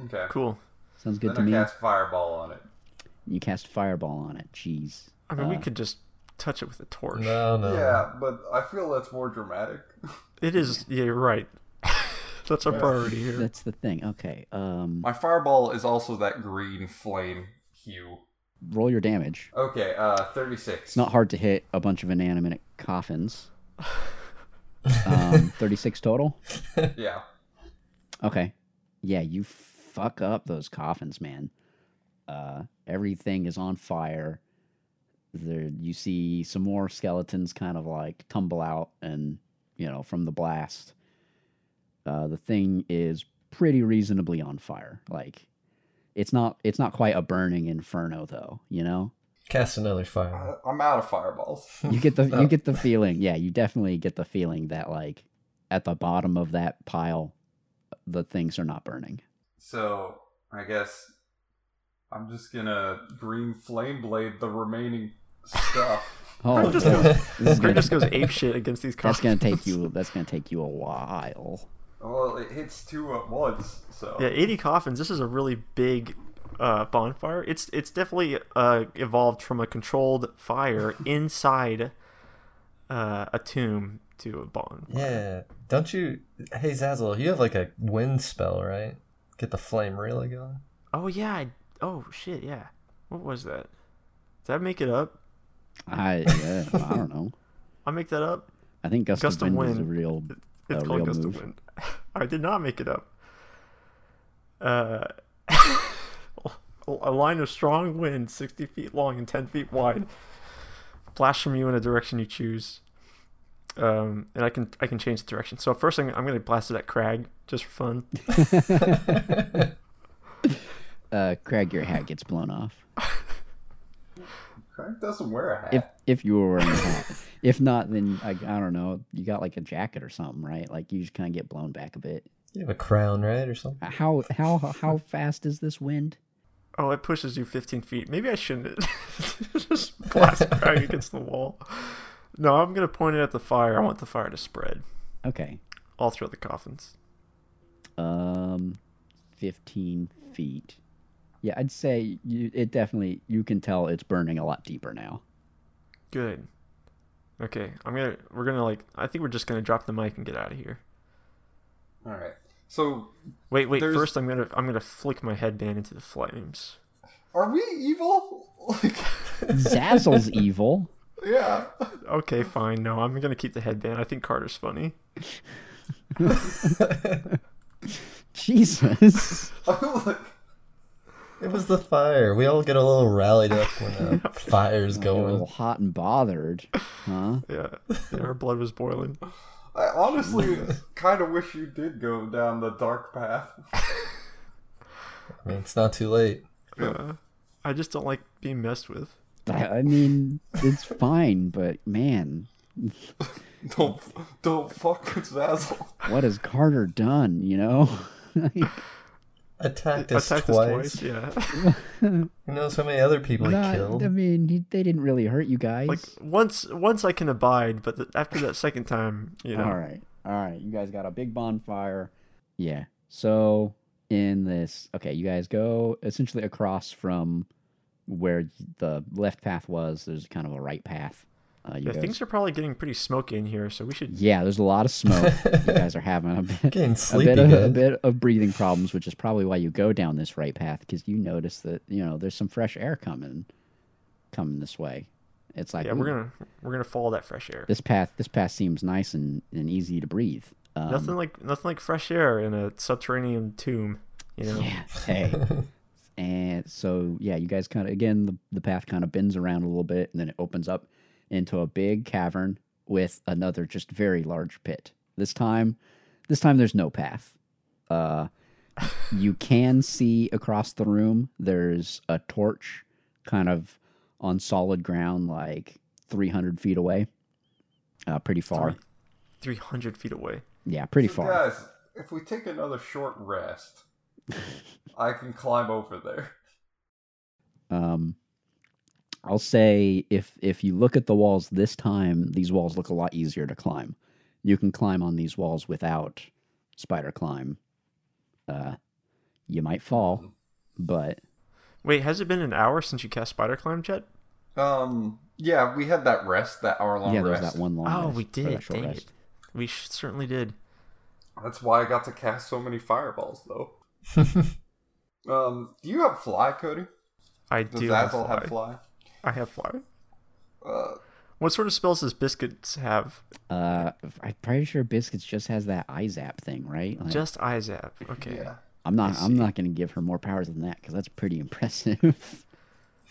S3: Okay.
S2: Cool.
S1: Sounds good
S3: Then
S1: to
S3: I
S1: me.
S3: cast fireball on it.
S1: You cast fireball on it. Jeez.
S2: I mean, we
S1: Uh,
S2: could just touch it with a torch.
S4: No, no.
S3: Yeah, but I feel that's more dramatic.
S2: It is. Yeah, you're right. That's our priority here.
S1: That's the thing. Okay. Um,
S3: My fireball is also that green flame hue.
S1: roll your damage.
S3: Okay, uh, thirty-six.
S1: It's not hard to hit a bunch of inanimate coffins. Um, 36 total.
S3: Yeah.
S1: Okay. Yeah, you fuck up those coffins, man. Uh, everything is on fire. There, you see some more skeletons kind of like tumble out, and you know from the blast. Uh, the thing is pretty reasonably on fire. Like, it's not it's not quite a burning inferno though. You know,
S4: Cast another fire.
S3: I- Uh, I'm out of fireballs.
S1: You get the
S4: Oh.
S1: you get the feeling. Yeah, you definitely get the feeling that like at the bottom of that pile the things are not burning.
S3: So I guess I'm just gonna green flame blade the remaining stuff.
S1: Oh,
S2: just
S1: yeah.
S2: goes-
S1: This is
S2: Grim
S1: gonna-
S2: just goes ape shit against these
S1: that's
S2: cops.
S1: gonna take you that's gonna take you a while.
S3: well, it hits two at once, so
S2: Yeah, 80 coffins. This is a really big uh, bonfire. It's it's definitely uh, evolved from a controlled fire inside uh, a tomb to a bonfire.
S4: Yeah. Don't you? Hey Zazzle, you have like a wind spell, right? Get the flame really going.
S2: Oh yeah. I, oh shit. Yeah. What was that? Did I make it up?
S1: I yeah, I don't know.
S2: I make that up.
S1: I think gust,
S2: Gust
S1: of
S2: of
S1: wind, is a
S2: wind.
S1: real
S2: It's
S1: a
S2: called
S1: real
S2: Gust
S1: move.
S2: of Wind. I did not make it up. Uh, a line of strong wind, 60 feet long and 10 feet wide, flash from you in a direction you choose. Um, and I can I can change the direction. So first I'm, I'm going to blast it at Crag just for fun.
S1: Uh, Craig, your hat gets blown off.
S3: Crank doesn't wear a hat.
S1: If if you were wearing a hat, if not, then I, I don't know. You got like a jacket or something, right? Like you just kind of get blown back a bit. Uh,
S4: You have a crown, right, or something?
S1: How how how fast is this wind?
S2: Oh, it pushes you 15 feet. Maybe I shouldn't just blast Crag against the wall. No, I'm going to point it at the fire. I want the fire to spread
S1: Okay,
S2: all through the coffins.
S1: um, fifteen feet. Yeah, I'd say you, it definitely. You can tell it's burning a lot deeper now.
S2: Good. Okay, I'm gonna. We're gonna like. I think we're just gonna drop the mic and get out of here.
S3: All right. So
S2: Wait, wait.
S3: There's-
S2: First, I'm gonna. I'm gonna flick my headband into the flames.
S3: are we evil? Like,
S1: Zazzle's evil.
S3: yeah.
S2: Okay, fine. No, I'm gonna keep the headband. I think Carter's funny.
S1: Jesus.
S3: like,
S4: It was the fire. We all get a little rallied up when the fire's
S1: Get a
S4: going.
S1: little hot and bothered, huh?
S2: Yeah, yeah, our blood was boiling.
S3: I honestly kind of wish you did go down the dark path.
S4: I mean, it's not too late.
S2: Uh, I just don't like being messed with.
S1: I I mean, it's fine, but man,
S3: Don't don't fuck with Zazzle.
S1: what has Carter done? You know, Like,
S4: Attacked us
S2: Attacked us
S4: twice.
S2: twice. Yeah,
S4: Who knows how many other people
S1: not-
S4: he killed?
S1: I mean, he, they didn't really hurt you guys.
S2: like once. Once I can abide, but the, after that second time, you know.
S1: All right, all right, you guys got a big bonfire. Yeah. So in this, okay, you guys go essentially across from where the left path was. There's kind of a right path. Uh, you
S2: Yeah,
S1: guys-
S2: things are probably getting pretty smoky in here, so we should.
S1: yeah, there's a lot of smoke. you guys are having a bit,
S4: Getting
S1: a
S4: sleepy
S1: bit, of, a
S4: good.
S1: bit of breathing problems, which is probably why you go down this right path because you notice that you know there's some fresh air coming, coming this way. It's like
S2: Yeah, we're
S1: "Ooh,
S2: gonna we're gonna follow that fresh air.
S1: this path. This path seems nice and, and easy to breathe. Um,
S2: nothing like nothing like fresh air in a subterranean tomb. You know.
S1: Yeah. Hey. and so yeah, you guys kind of again the, the path kind of bends around a little bit and then it opens up into a big cavern with another just very large pit. This time, this time there's no path. Uh, you can see across the room. There's a torch, kind of on solid ground, like 300 feet away. Uh, pretty far.
S2: Three hundred feet away.
S1: Yeah, pretty
S3: So uh,
S1: far.
S3: Guys, if we take another short rest, I can climb over there.
S1: Um, I'll say if if you look at the walls this time, these walls look a lot easier to climb. You can climb on these walls without spider climb. Uh, you might fall, but
S2: Wait, has it been an hour since you cast spider climb yet?
S3: Um. Yeah, we had that rest, that hour long
S1: yeah, there's
S3: rest.
S1: that one long.
S2: Oh,
S1: rest-
S2: we
S1: or that
S2: did.
S1: short
S2: Dang
S1: rest.
S2: it. We sh- certainly did.
S3: That's why I got to cast so many fireballs, though. um, do you have fly, Cody?
S2: I
S3: Does
S2: do. Have
S3: Zazzle
S2: fly.
S3: have fly?
S2: I have fly.
S3: Uh,
S2: What sort of spells does biscuits have?
S1: Uh, I'm pretty sure biscuits just has that IZAP thing, right? Like,
S2: Just Izap. Okay.
S3: yeah.
S1: I'm not. I'm not going to give her more powers than that because that's pretty impressive.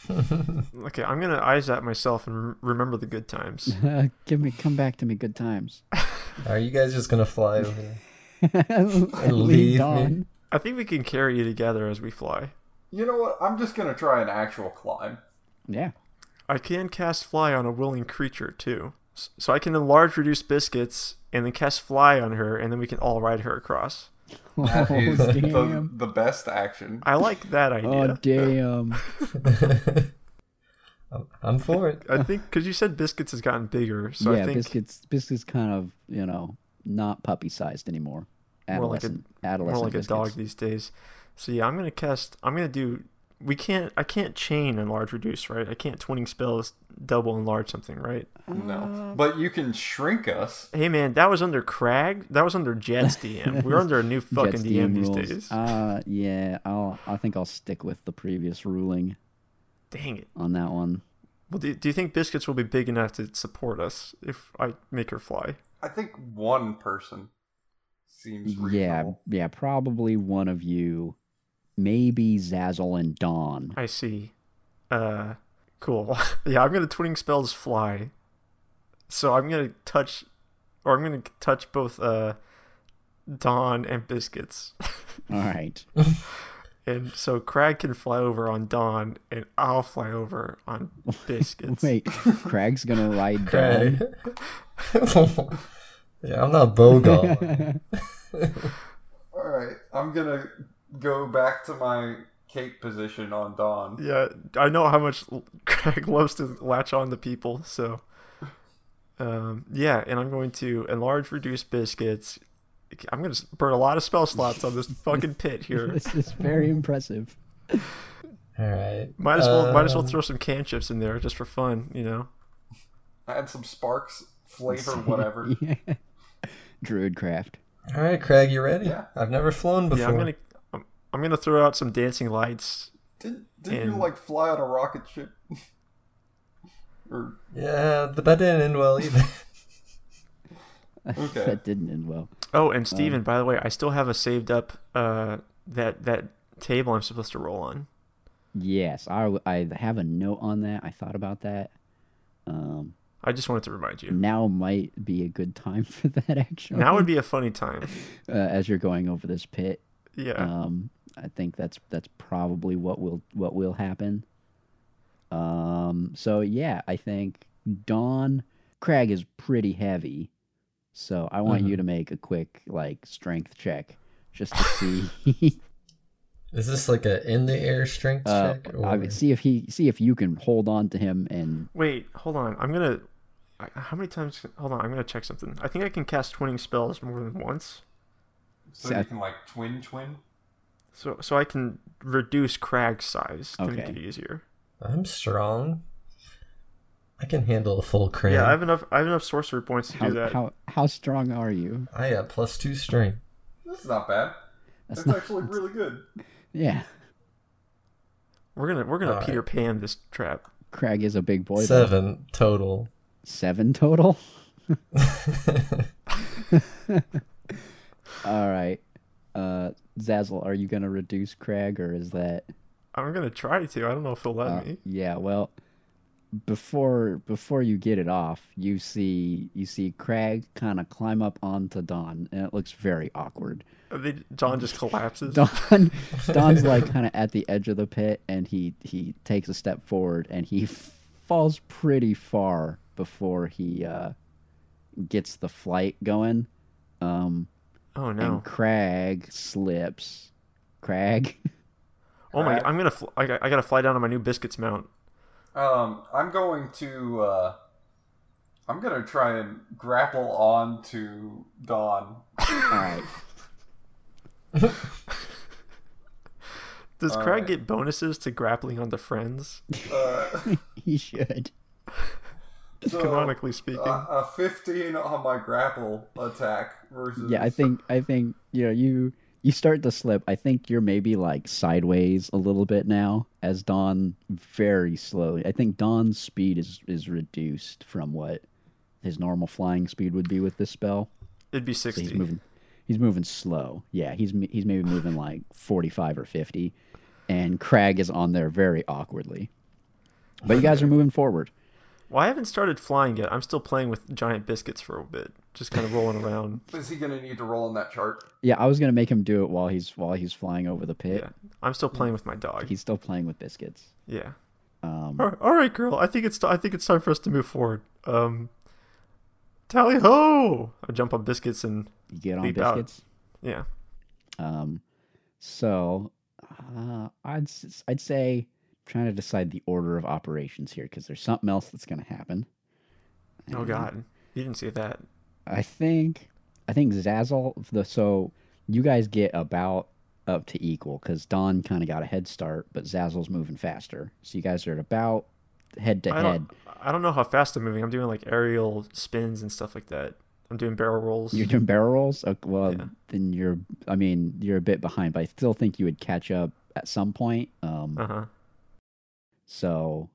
S2: Okay, I'm gonna Izap myself and re- remember the good times.
S1: Give me, come back to me, good times.
S4: Are you guys just gonna fly over there?
S1: Lead
S4: Leave me.
S1: on.
S2: I think we can carry you together as we fly.
S3: You know what? I'm just gonna try an actual climb.
S1: Yeah.
S2: I can cast fly on a willing creature too. S- So I can enlarge, reduce biscuits, and then cast fly on her, and then we can all ride her across.
S1: Oh,
S3: That is the,
S1: damn.
S3: the best action.
S2: I like that
S1: Oh,
S2: idea.
S1: damn.
S4: I'm- I'm for it.
S2: I think because you said biscuits has gotten bigger, so
S1: yeah,
S2: I think
S1: biscuits. Biscuits kind of you know not puppy sized anymore.
S2: More like a-
S1: Adolescent,
S2: more
S1: adolescent
S2: like a dog
S1: biscuits.
S2: these days. So yeah, I'm gonna cast. I'm gonna do. We can't. I can't chain enlarge, reduce, right? I can't twinning spells double enlarge something, right?
S1: Uh.
S3: No, but you can shrink us.
S2: Hey man, that was under Crag. That was under Jets DM. We're under a new fucking
S1: Jets
S2: DM,
S1: rules.
S2: these days.
S1: Uh, yeah, I'll. I think I'll stick with the previous ruling
S2: Dang it.
S1: on that one.
S2: Well, do, do you think biscuits will be big enough to support us if I make her fly?
S3: I think one person seems
S1: Yeah,
S3: reasonable.
S1: yeah, probably one of you, maybe Zazzle and Dawn.
S2: I see. Uh, cool. yeah, I'm gonna twinning spells fly. So I'm gonna touch, or I'm gonna touch both uh, Dawn and biscuits,
S1: All right.
S2: and so Crag can fly over on Dawn, and I'll fly over on biscuits.
S1: Wait, Craig's gonna ride
S4: Okay.
S1: down.
S4: yeah, I'm not Bogal.
S3: All right, I'm gonna go back to my cape position on Dawn.
S2: Yeah, I know how much l- Craig loves to latch on to people, so um, yeah, and I'm going to enlarge, reduce biscuits. I'm going to burn a lot of spell slots on this fucking pit here.
S1: this is very impressive.
S4: All right.
S2: Might as well, might as well
S4: Um,
S2: throw some can chips in there just for fun, you know.
S3: Add some sparks, flavor, whatever.
S1: yeah. Druidcraft.
S4: All right, Craig, you ready?
S3: Yeah.
S4: I've never flown before.
S2: Yeah, I'm gonna, I'm, I'm gonna throw out some dancing lights.
S3: Did did you
S2: And-
S3: like fly on a rocket ship? or
S4: Yeah, but that didn't end well either.
S3: Okay.
S1: that didn't end well.
S2: Oh, and Steven, by the way, I still have a saved up uh that that table I'm supposed to roll on.
S1: Yes, I, w- I have a note on that. I thought about that. Um,
S2: I just wanted to remind you.
S1: now might be a good time for that, actually.
S2: Now would be a funny time.
S1: uh, as you're going over this pit,
S2: Yeah.
S1: um, I think that's that's probably what will what will happen. Um, so yeah, I think Dawn Crag is pretty heavy, so I
S2: Mm-hmm.
S1: want you to make a quick like strength check just to see
S4: Is this like a in the air strength
S1: uh,
S4: check?
S1: I mean, see if he see if you can hold on to him and
S2: Wait, hold on. I'm gonna. I- How many times? Hold on. I'm gonna check something. I think I can cast twinning spells more than once.
S3: so you
S1: Seth.
S3: can like twin twin.
S2: So so I can reduce Crag's size to make
S1: Okay.
S2: it easier.
S4: I'm strong. I can handle a full crane.
S2: Yeah, I have enough. I have enough sorcery points to
S1: how,
S2: do that.
S1: how how strong are you?
S4: I got plus two strength.
S3: That's not bad. That's,
S1: That's not
S3: actually really good.
S1: yeah.
S2: We're gonna we're gonna
S4: Alright.
S2: Peter Pan this trap.
S1: Crag is a big boy. though.
S4: Seven total.
S1: Seven total.
S4: I
S1: All right. Uh, Zazzle, are you gonna reduce Crag or is that?
S2: I'm gonna try to. I don't know if he'll let
S1: Uh,
S2: me.
S1: yeah. Well, before before you get it off, you see you see Crag kind of climb up onto Don, and it looks very awkward.
S2: And They, John just collapses.
S1: Don Don's like kind of at the edge of the pit, and he he takes a step forward, and he f- falls pretty far before he uh, gets the flight going. Um,
S2: Oh no!
S1: And Crag slips. Crag.
S2: Oh my!
S3: Crag.
S2: I'm gonna. Fl- I, got- I gotta fly down on my new biscuits mount.
S3: Um, I'm going to. Uh, I'm gonna try and grapple on to Dawn.
S1: All right.
S2: Does Crag
S3: Alright.
S2: get bonuses to grappling onto friends?
S3: Uh,
S1: He should.
S3: so,
S2: Canonically speaking.
S3: uh, a 15 on my grapple attack versus.
S1: Yeah, I think I think you know you you start to slip. I think you're maybe like sideways a little bit now as Don very slowly. I think Don's speed is is reduced from what his normal flying speed would be with this spell.
S2: It'd be
S1: So
S2: sixty.
S1: he's moving he's moving slow. Yeah, he's m- he's maybe moving like 45 or 50 and Crag is on there very awkwardly. But you guys are moving forward.
S2: Well, I haven't started flying yet. I'm still playing with giant biscuits for a bit, just kind of rolling around.
S3: Is he gonna need to roll on that chart?
S1: Yeah, I was gonna make him do it while he's while he's flying over the pit.
S2: Yeah, I'm still playing with my dog.
S1: He's still playing with biscuits.
S2: Yeah.
S1: Um,
S2: All right, all right, girl. I think it's t- I think it's time for us to move forward. Um, tally ho! I jump on biscuits and
S1: you get on
S2: leap out.
S1: biscuits.
S2: yeah.
S1: Um, so uh, I'd s- I'd say trying to decide the order of operations here because there's something else that's going to happen.
S2: Oh
S1: And
S2: God, you didn't see that.
S1: I think I think Zazzle. The so you guys get about up to equal because Don kind of got a head start, but Zazzle's moving faster. So you guys are at about head to
S2: I
S1: head.
S2: don't. I don't know how fast I'm moving. I'm doing like aerial spins and stuff like that. I'm doing barrel rolls.
S1: You're doing barrel rolls. Okay, well,
S2: Yeah.
S1: then you're. I mean, you're a bit behind, but I still think you would catch up at some point. Um,
S2: Uh huh.
S1: So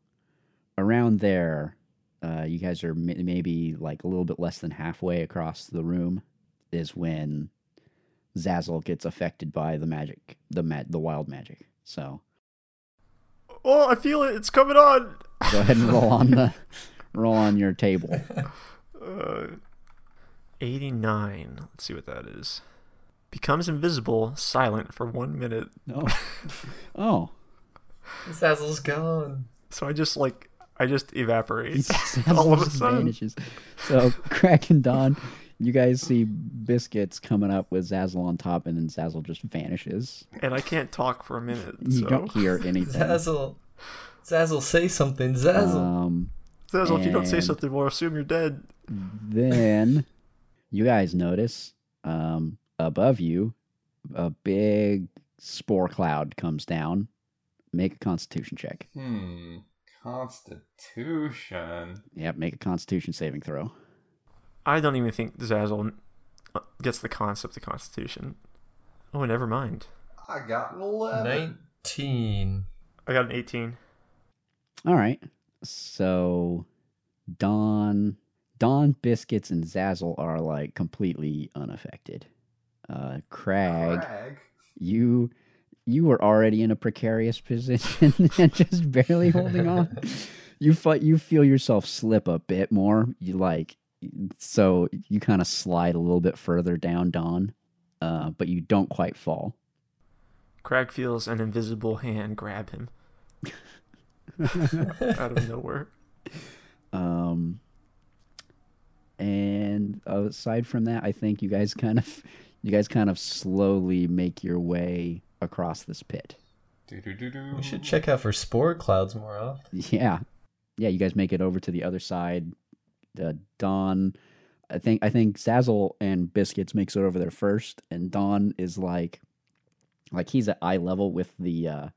S1: around there, uh, you guys are m- maybe like a little bit less than halfway across the room is when Zazzle gets affected by the magic, the ma- the wild magic. So
S2: Oh, I feel it. It's coming on.
S1: go ahead and roll on the roll on your table.
S2: Uh, 89. Let's see what that is. Becomes invisible, silent for one minute.
S1: Oh, oh,
S4: Zazzle's gone.
S2: So I just like I just evaporate
S1: Zazzle
S2: all of a
S1: just
S2: sudden.
S1: vanishes. So Crack and Don, you guys see biscuits coming up with Zazzle on top, and then Zazzle just vanishes.
S2: and I can't talk for a minute.
S1: You
S2: so
S1: don't hear anything.
S4: Zazzle. Zazzle, say something. Zazzle.
S1: Um,
S2: Zazzle, if you don't say
S1: And-
S2: something, we'll assume you're dead.
S1: then you guys notice um, above you a big spore cloud comes down make a constitution check
S3: Hmm. Constitution.
S1: yep make a constitution saving throw
S2: I don't even think Zazzle gets the concept of Constitution. Oh, never mind.
S3: I got an
S1: Uh,
S3: 11.
S4: 19.
S2: I got an 18.
S1: all right so don don biscuits and zazzle are like completely unaffected uh crag
S3: Crag.
S1: you you were already in a precarious position and just barely holding on you fight you feel yourself slip a bit more you like so you kind of slide a little bit further down don uh, but you don't quite fall
S2: Crag feels an invisible hand grab him out of nowhere.
S1: um and aside from that i think you guys kind of you guys kind of slowly make your way across this pit
S3: Do-do-do-do.
S4: We should check out for spore clouds more often.
S1: Yeah, yeah. You guys make it over to the other side. Uh, Don, I think I think Zazzle and Biscuits makes it over there first, and Don is like, like he's at eye level with the uh,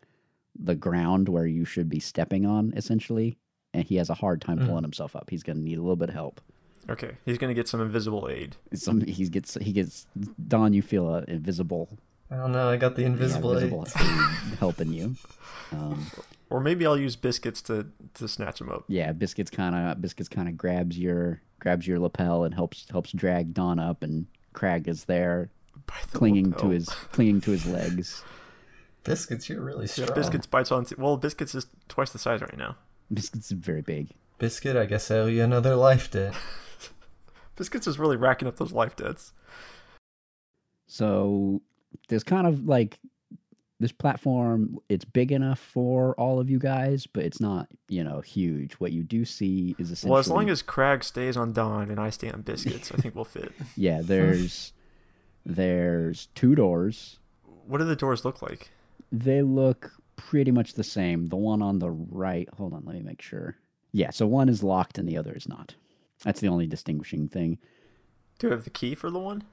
S1: the ground where you should be stepping on, essentially, and he has a hard time
S4: Mhm.
S1: pulling himself up. He's gonna need a little bit of help.
S2: Okay, he's gonna get some invisible aid.
S1: Some he gets he gets Don. You feel a invisible,
S4: I don't know. I got the
S1: yeah,
S4: invisible.
S1: invisible
S4: eight.
S1: aid helping you. Um,
S2: Or maybe I'll use biscuits to, to snatch him up.
S1: yeah biscuits kind of biscuits kind of grabs your grabs your lapel and helps helps drag don up and crag is there
S2: by the
S1: clinging to
S2: lapel.
S1: his clinging to his legs
S4: Biscuits, you're really
S2: Yeah,
S4: strong.
S2: biscuits bites on. well, biscuits is twice the size right now.
S1: biscuits is very big
S4: Biscuit, I guess I owe you another life debt.
S2: Biscuits is really racking up those life debts.
S1: so there's kind of like this platform it's big enough for all of you guys but it's not you know huge what you do see is essentially
S2: Well, as long as Crag stays on Don and I stay on Biscuits, I think we'll fit.
S1: yeah there's there's two doors
S2: What do the doors look like?
S1: They look pretty much the same. The one on the right, hold on, let me make sure. Yeah, so one is locked and the other is not. That's the only distinguishing thing.
S2: Do I have the key for the one?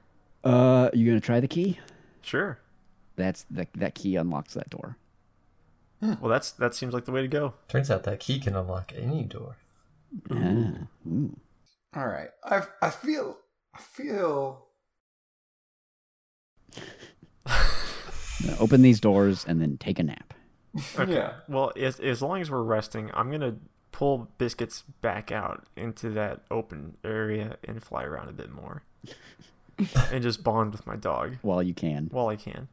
S1: Uh, you gonna try the key?
S2: Sure.
S1: That's that that key unlocks that door. Hmm.
S2: Well, that's that seems like the way to go.
S4: Turns out that key can unlock any door.
S1: Ah, ooh.
S3: All right. I I feel I feel
S1: Now open these doors and then take a nap.
S3: yeah.
S2: Well, as, as long as we're resting, I'm gonna pull Biscuits back out into that open area and fly around a bit more, and just bond with my dog
S1: While you can.
S2: while I can,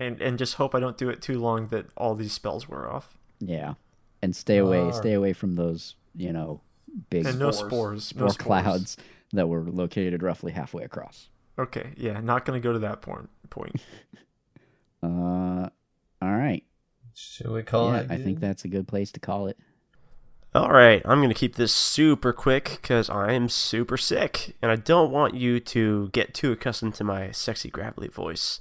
S2: and and just hope I don't do it too long that all these spells wear off
S1: Yeah. And stay away
S4: Ah.
S1: stay away from those, you know, big
S2: and
S1: spore
S2: no
S3: Spores.
S2: spores, no spores.
S1: clouds that were located roughly halfway across.
S2: Okay, yeah, not gonna go to that point. Point.
S1: Uh all right.
S4: It's Should we call
S1: yeah,
S4: it?
S1: I think
S4: good?
S1: that's a good place to call it.
S2: All right, I'm going to keep this super quick because I am super sick, and I don't want you to get too accustomed to my sexy gravelly voice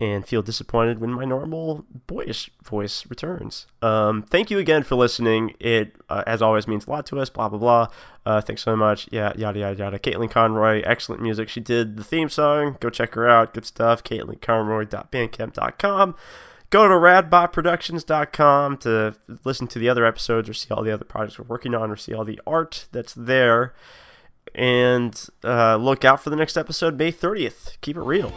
S2: and feel disappointed when my normal boyish voice returns. Um, thank you again for listening. It, uh, as always, means a lot to us, blah, blah, blah. Uh, thanks so much. Yeah, yada, yada, yada. Caitlin Conroy, excellent music. She did the theme song. Go check her out. Good stuff. CaitlinConroy.bandcamp.com. Go to radbotproductions.com to listen to the other episodes or see all the other projects we're working on or see all the art that's there. And uh, look out for the next episode, May 30th. Keep it real.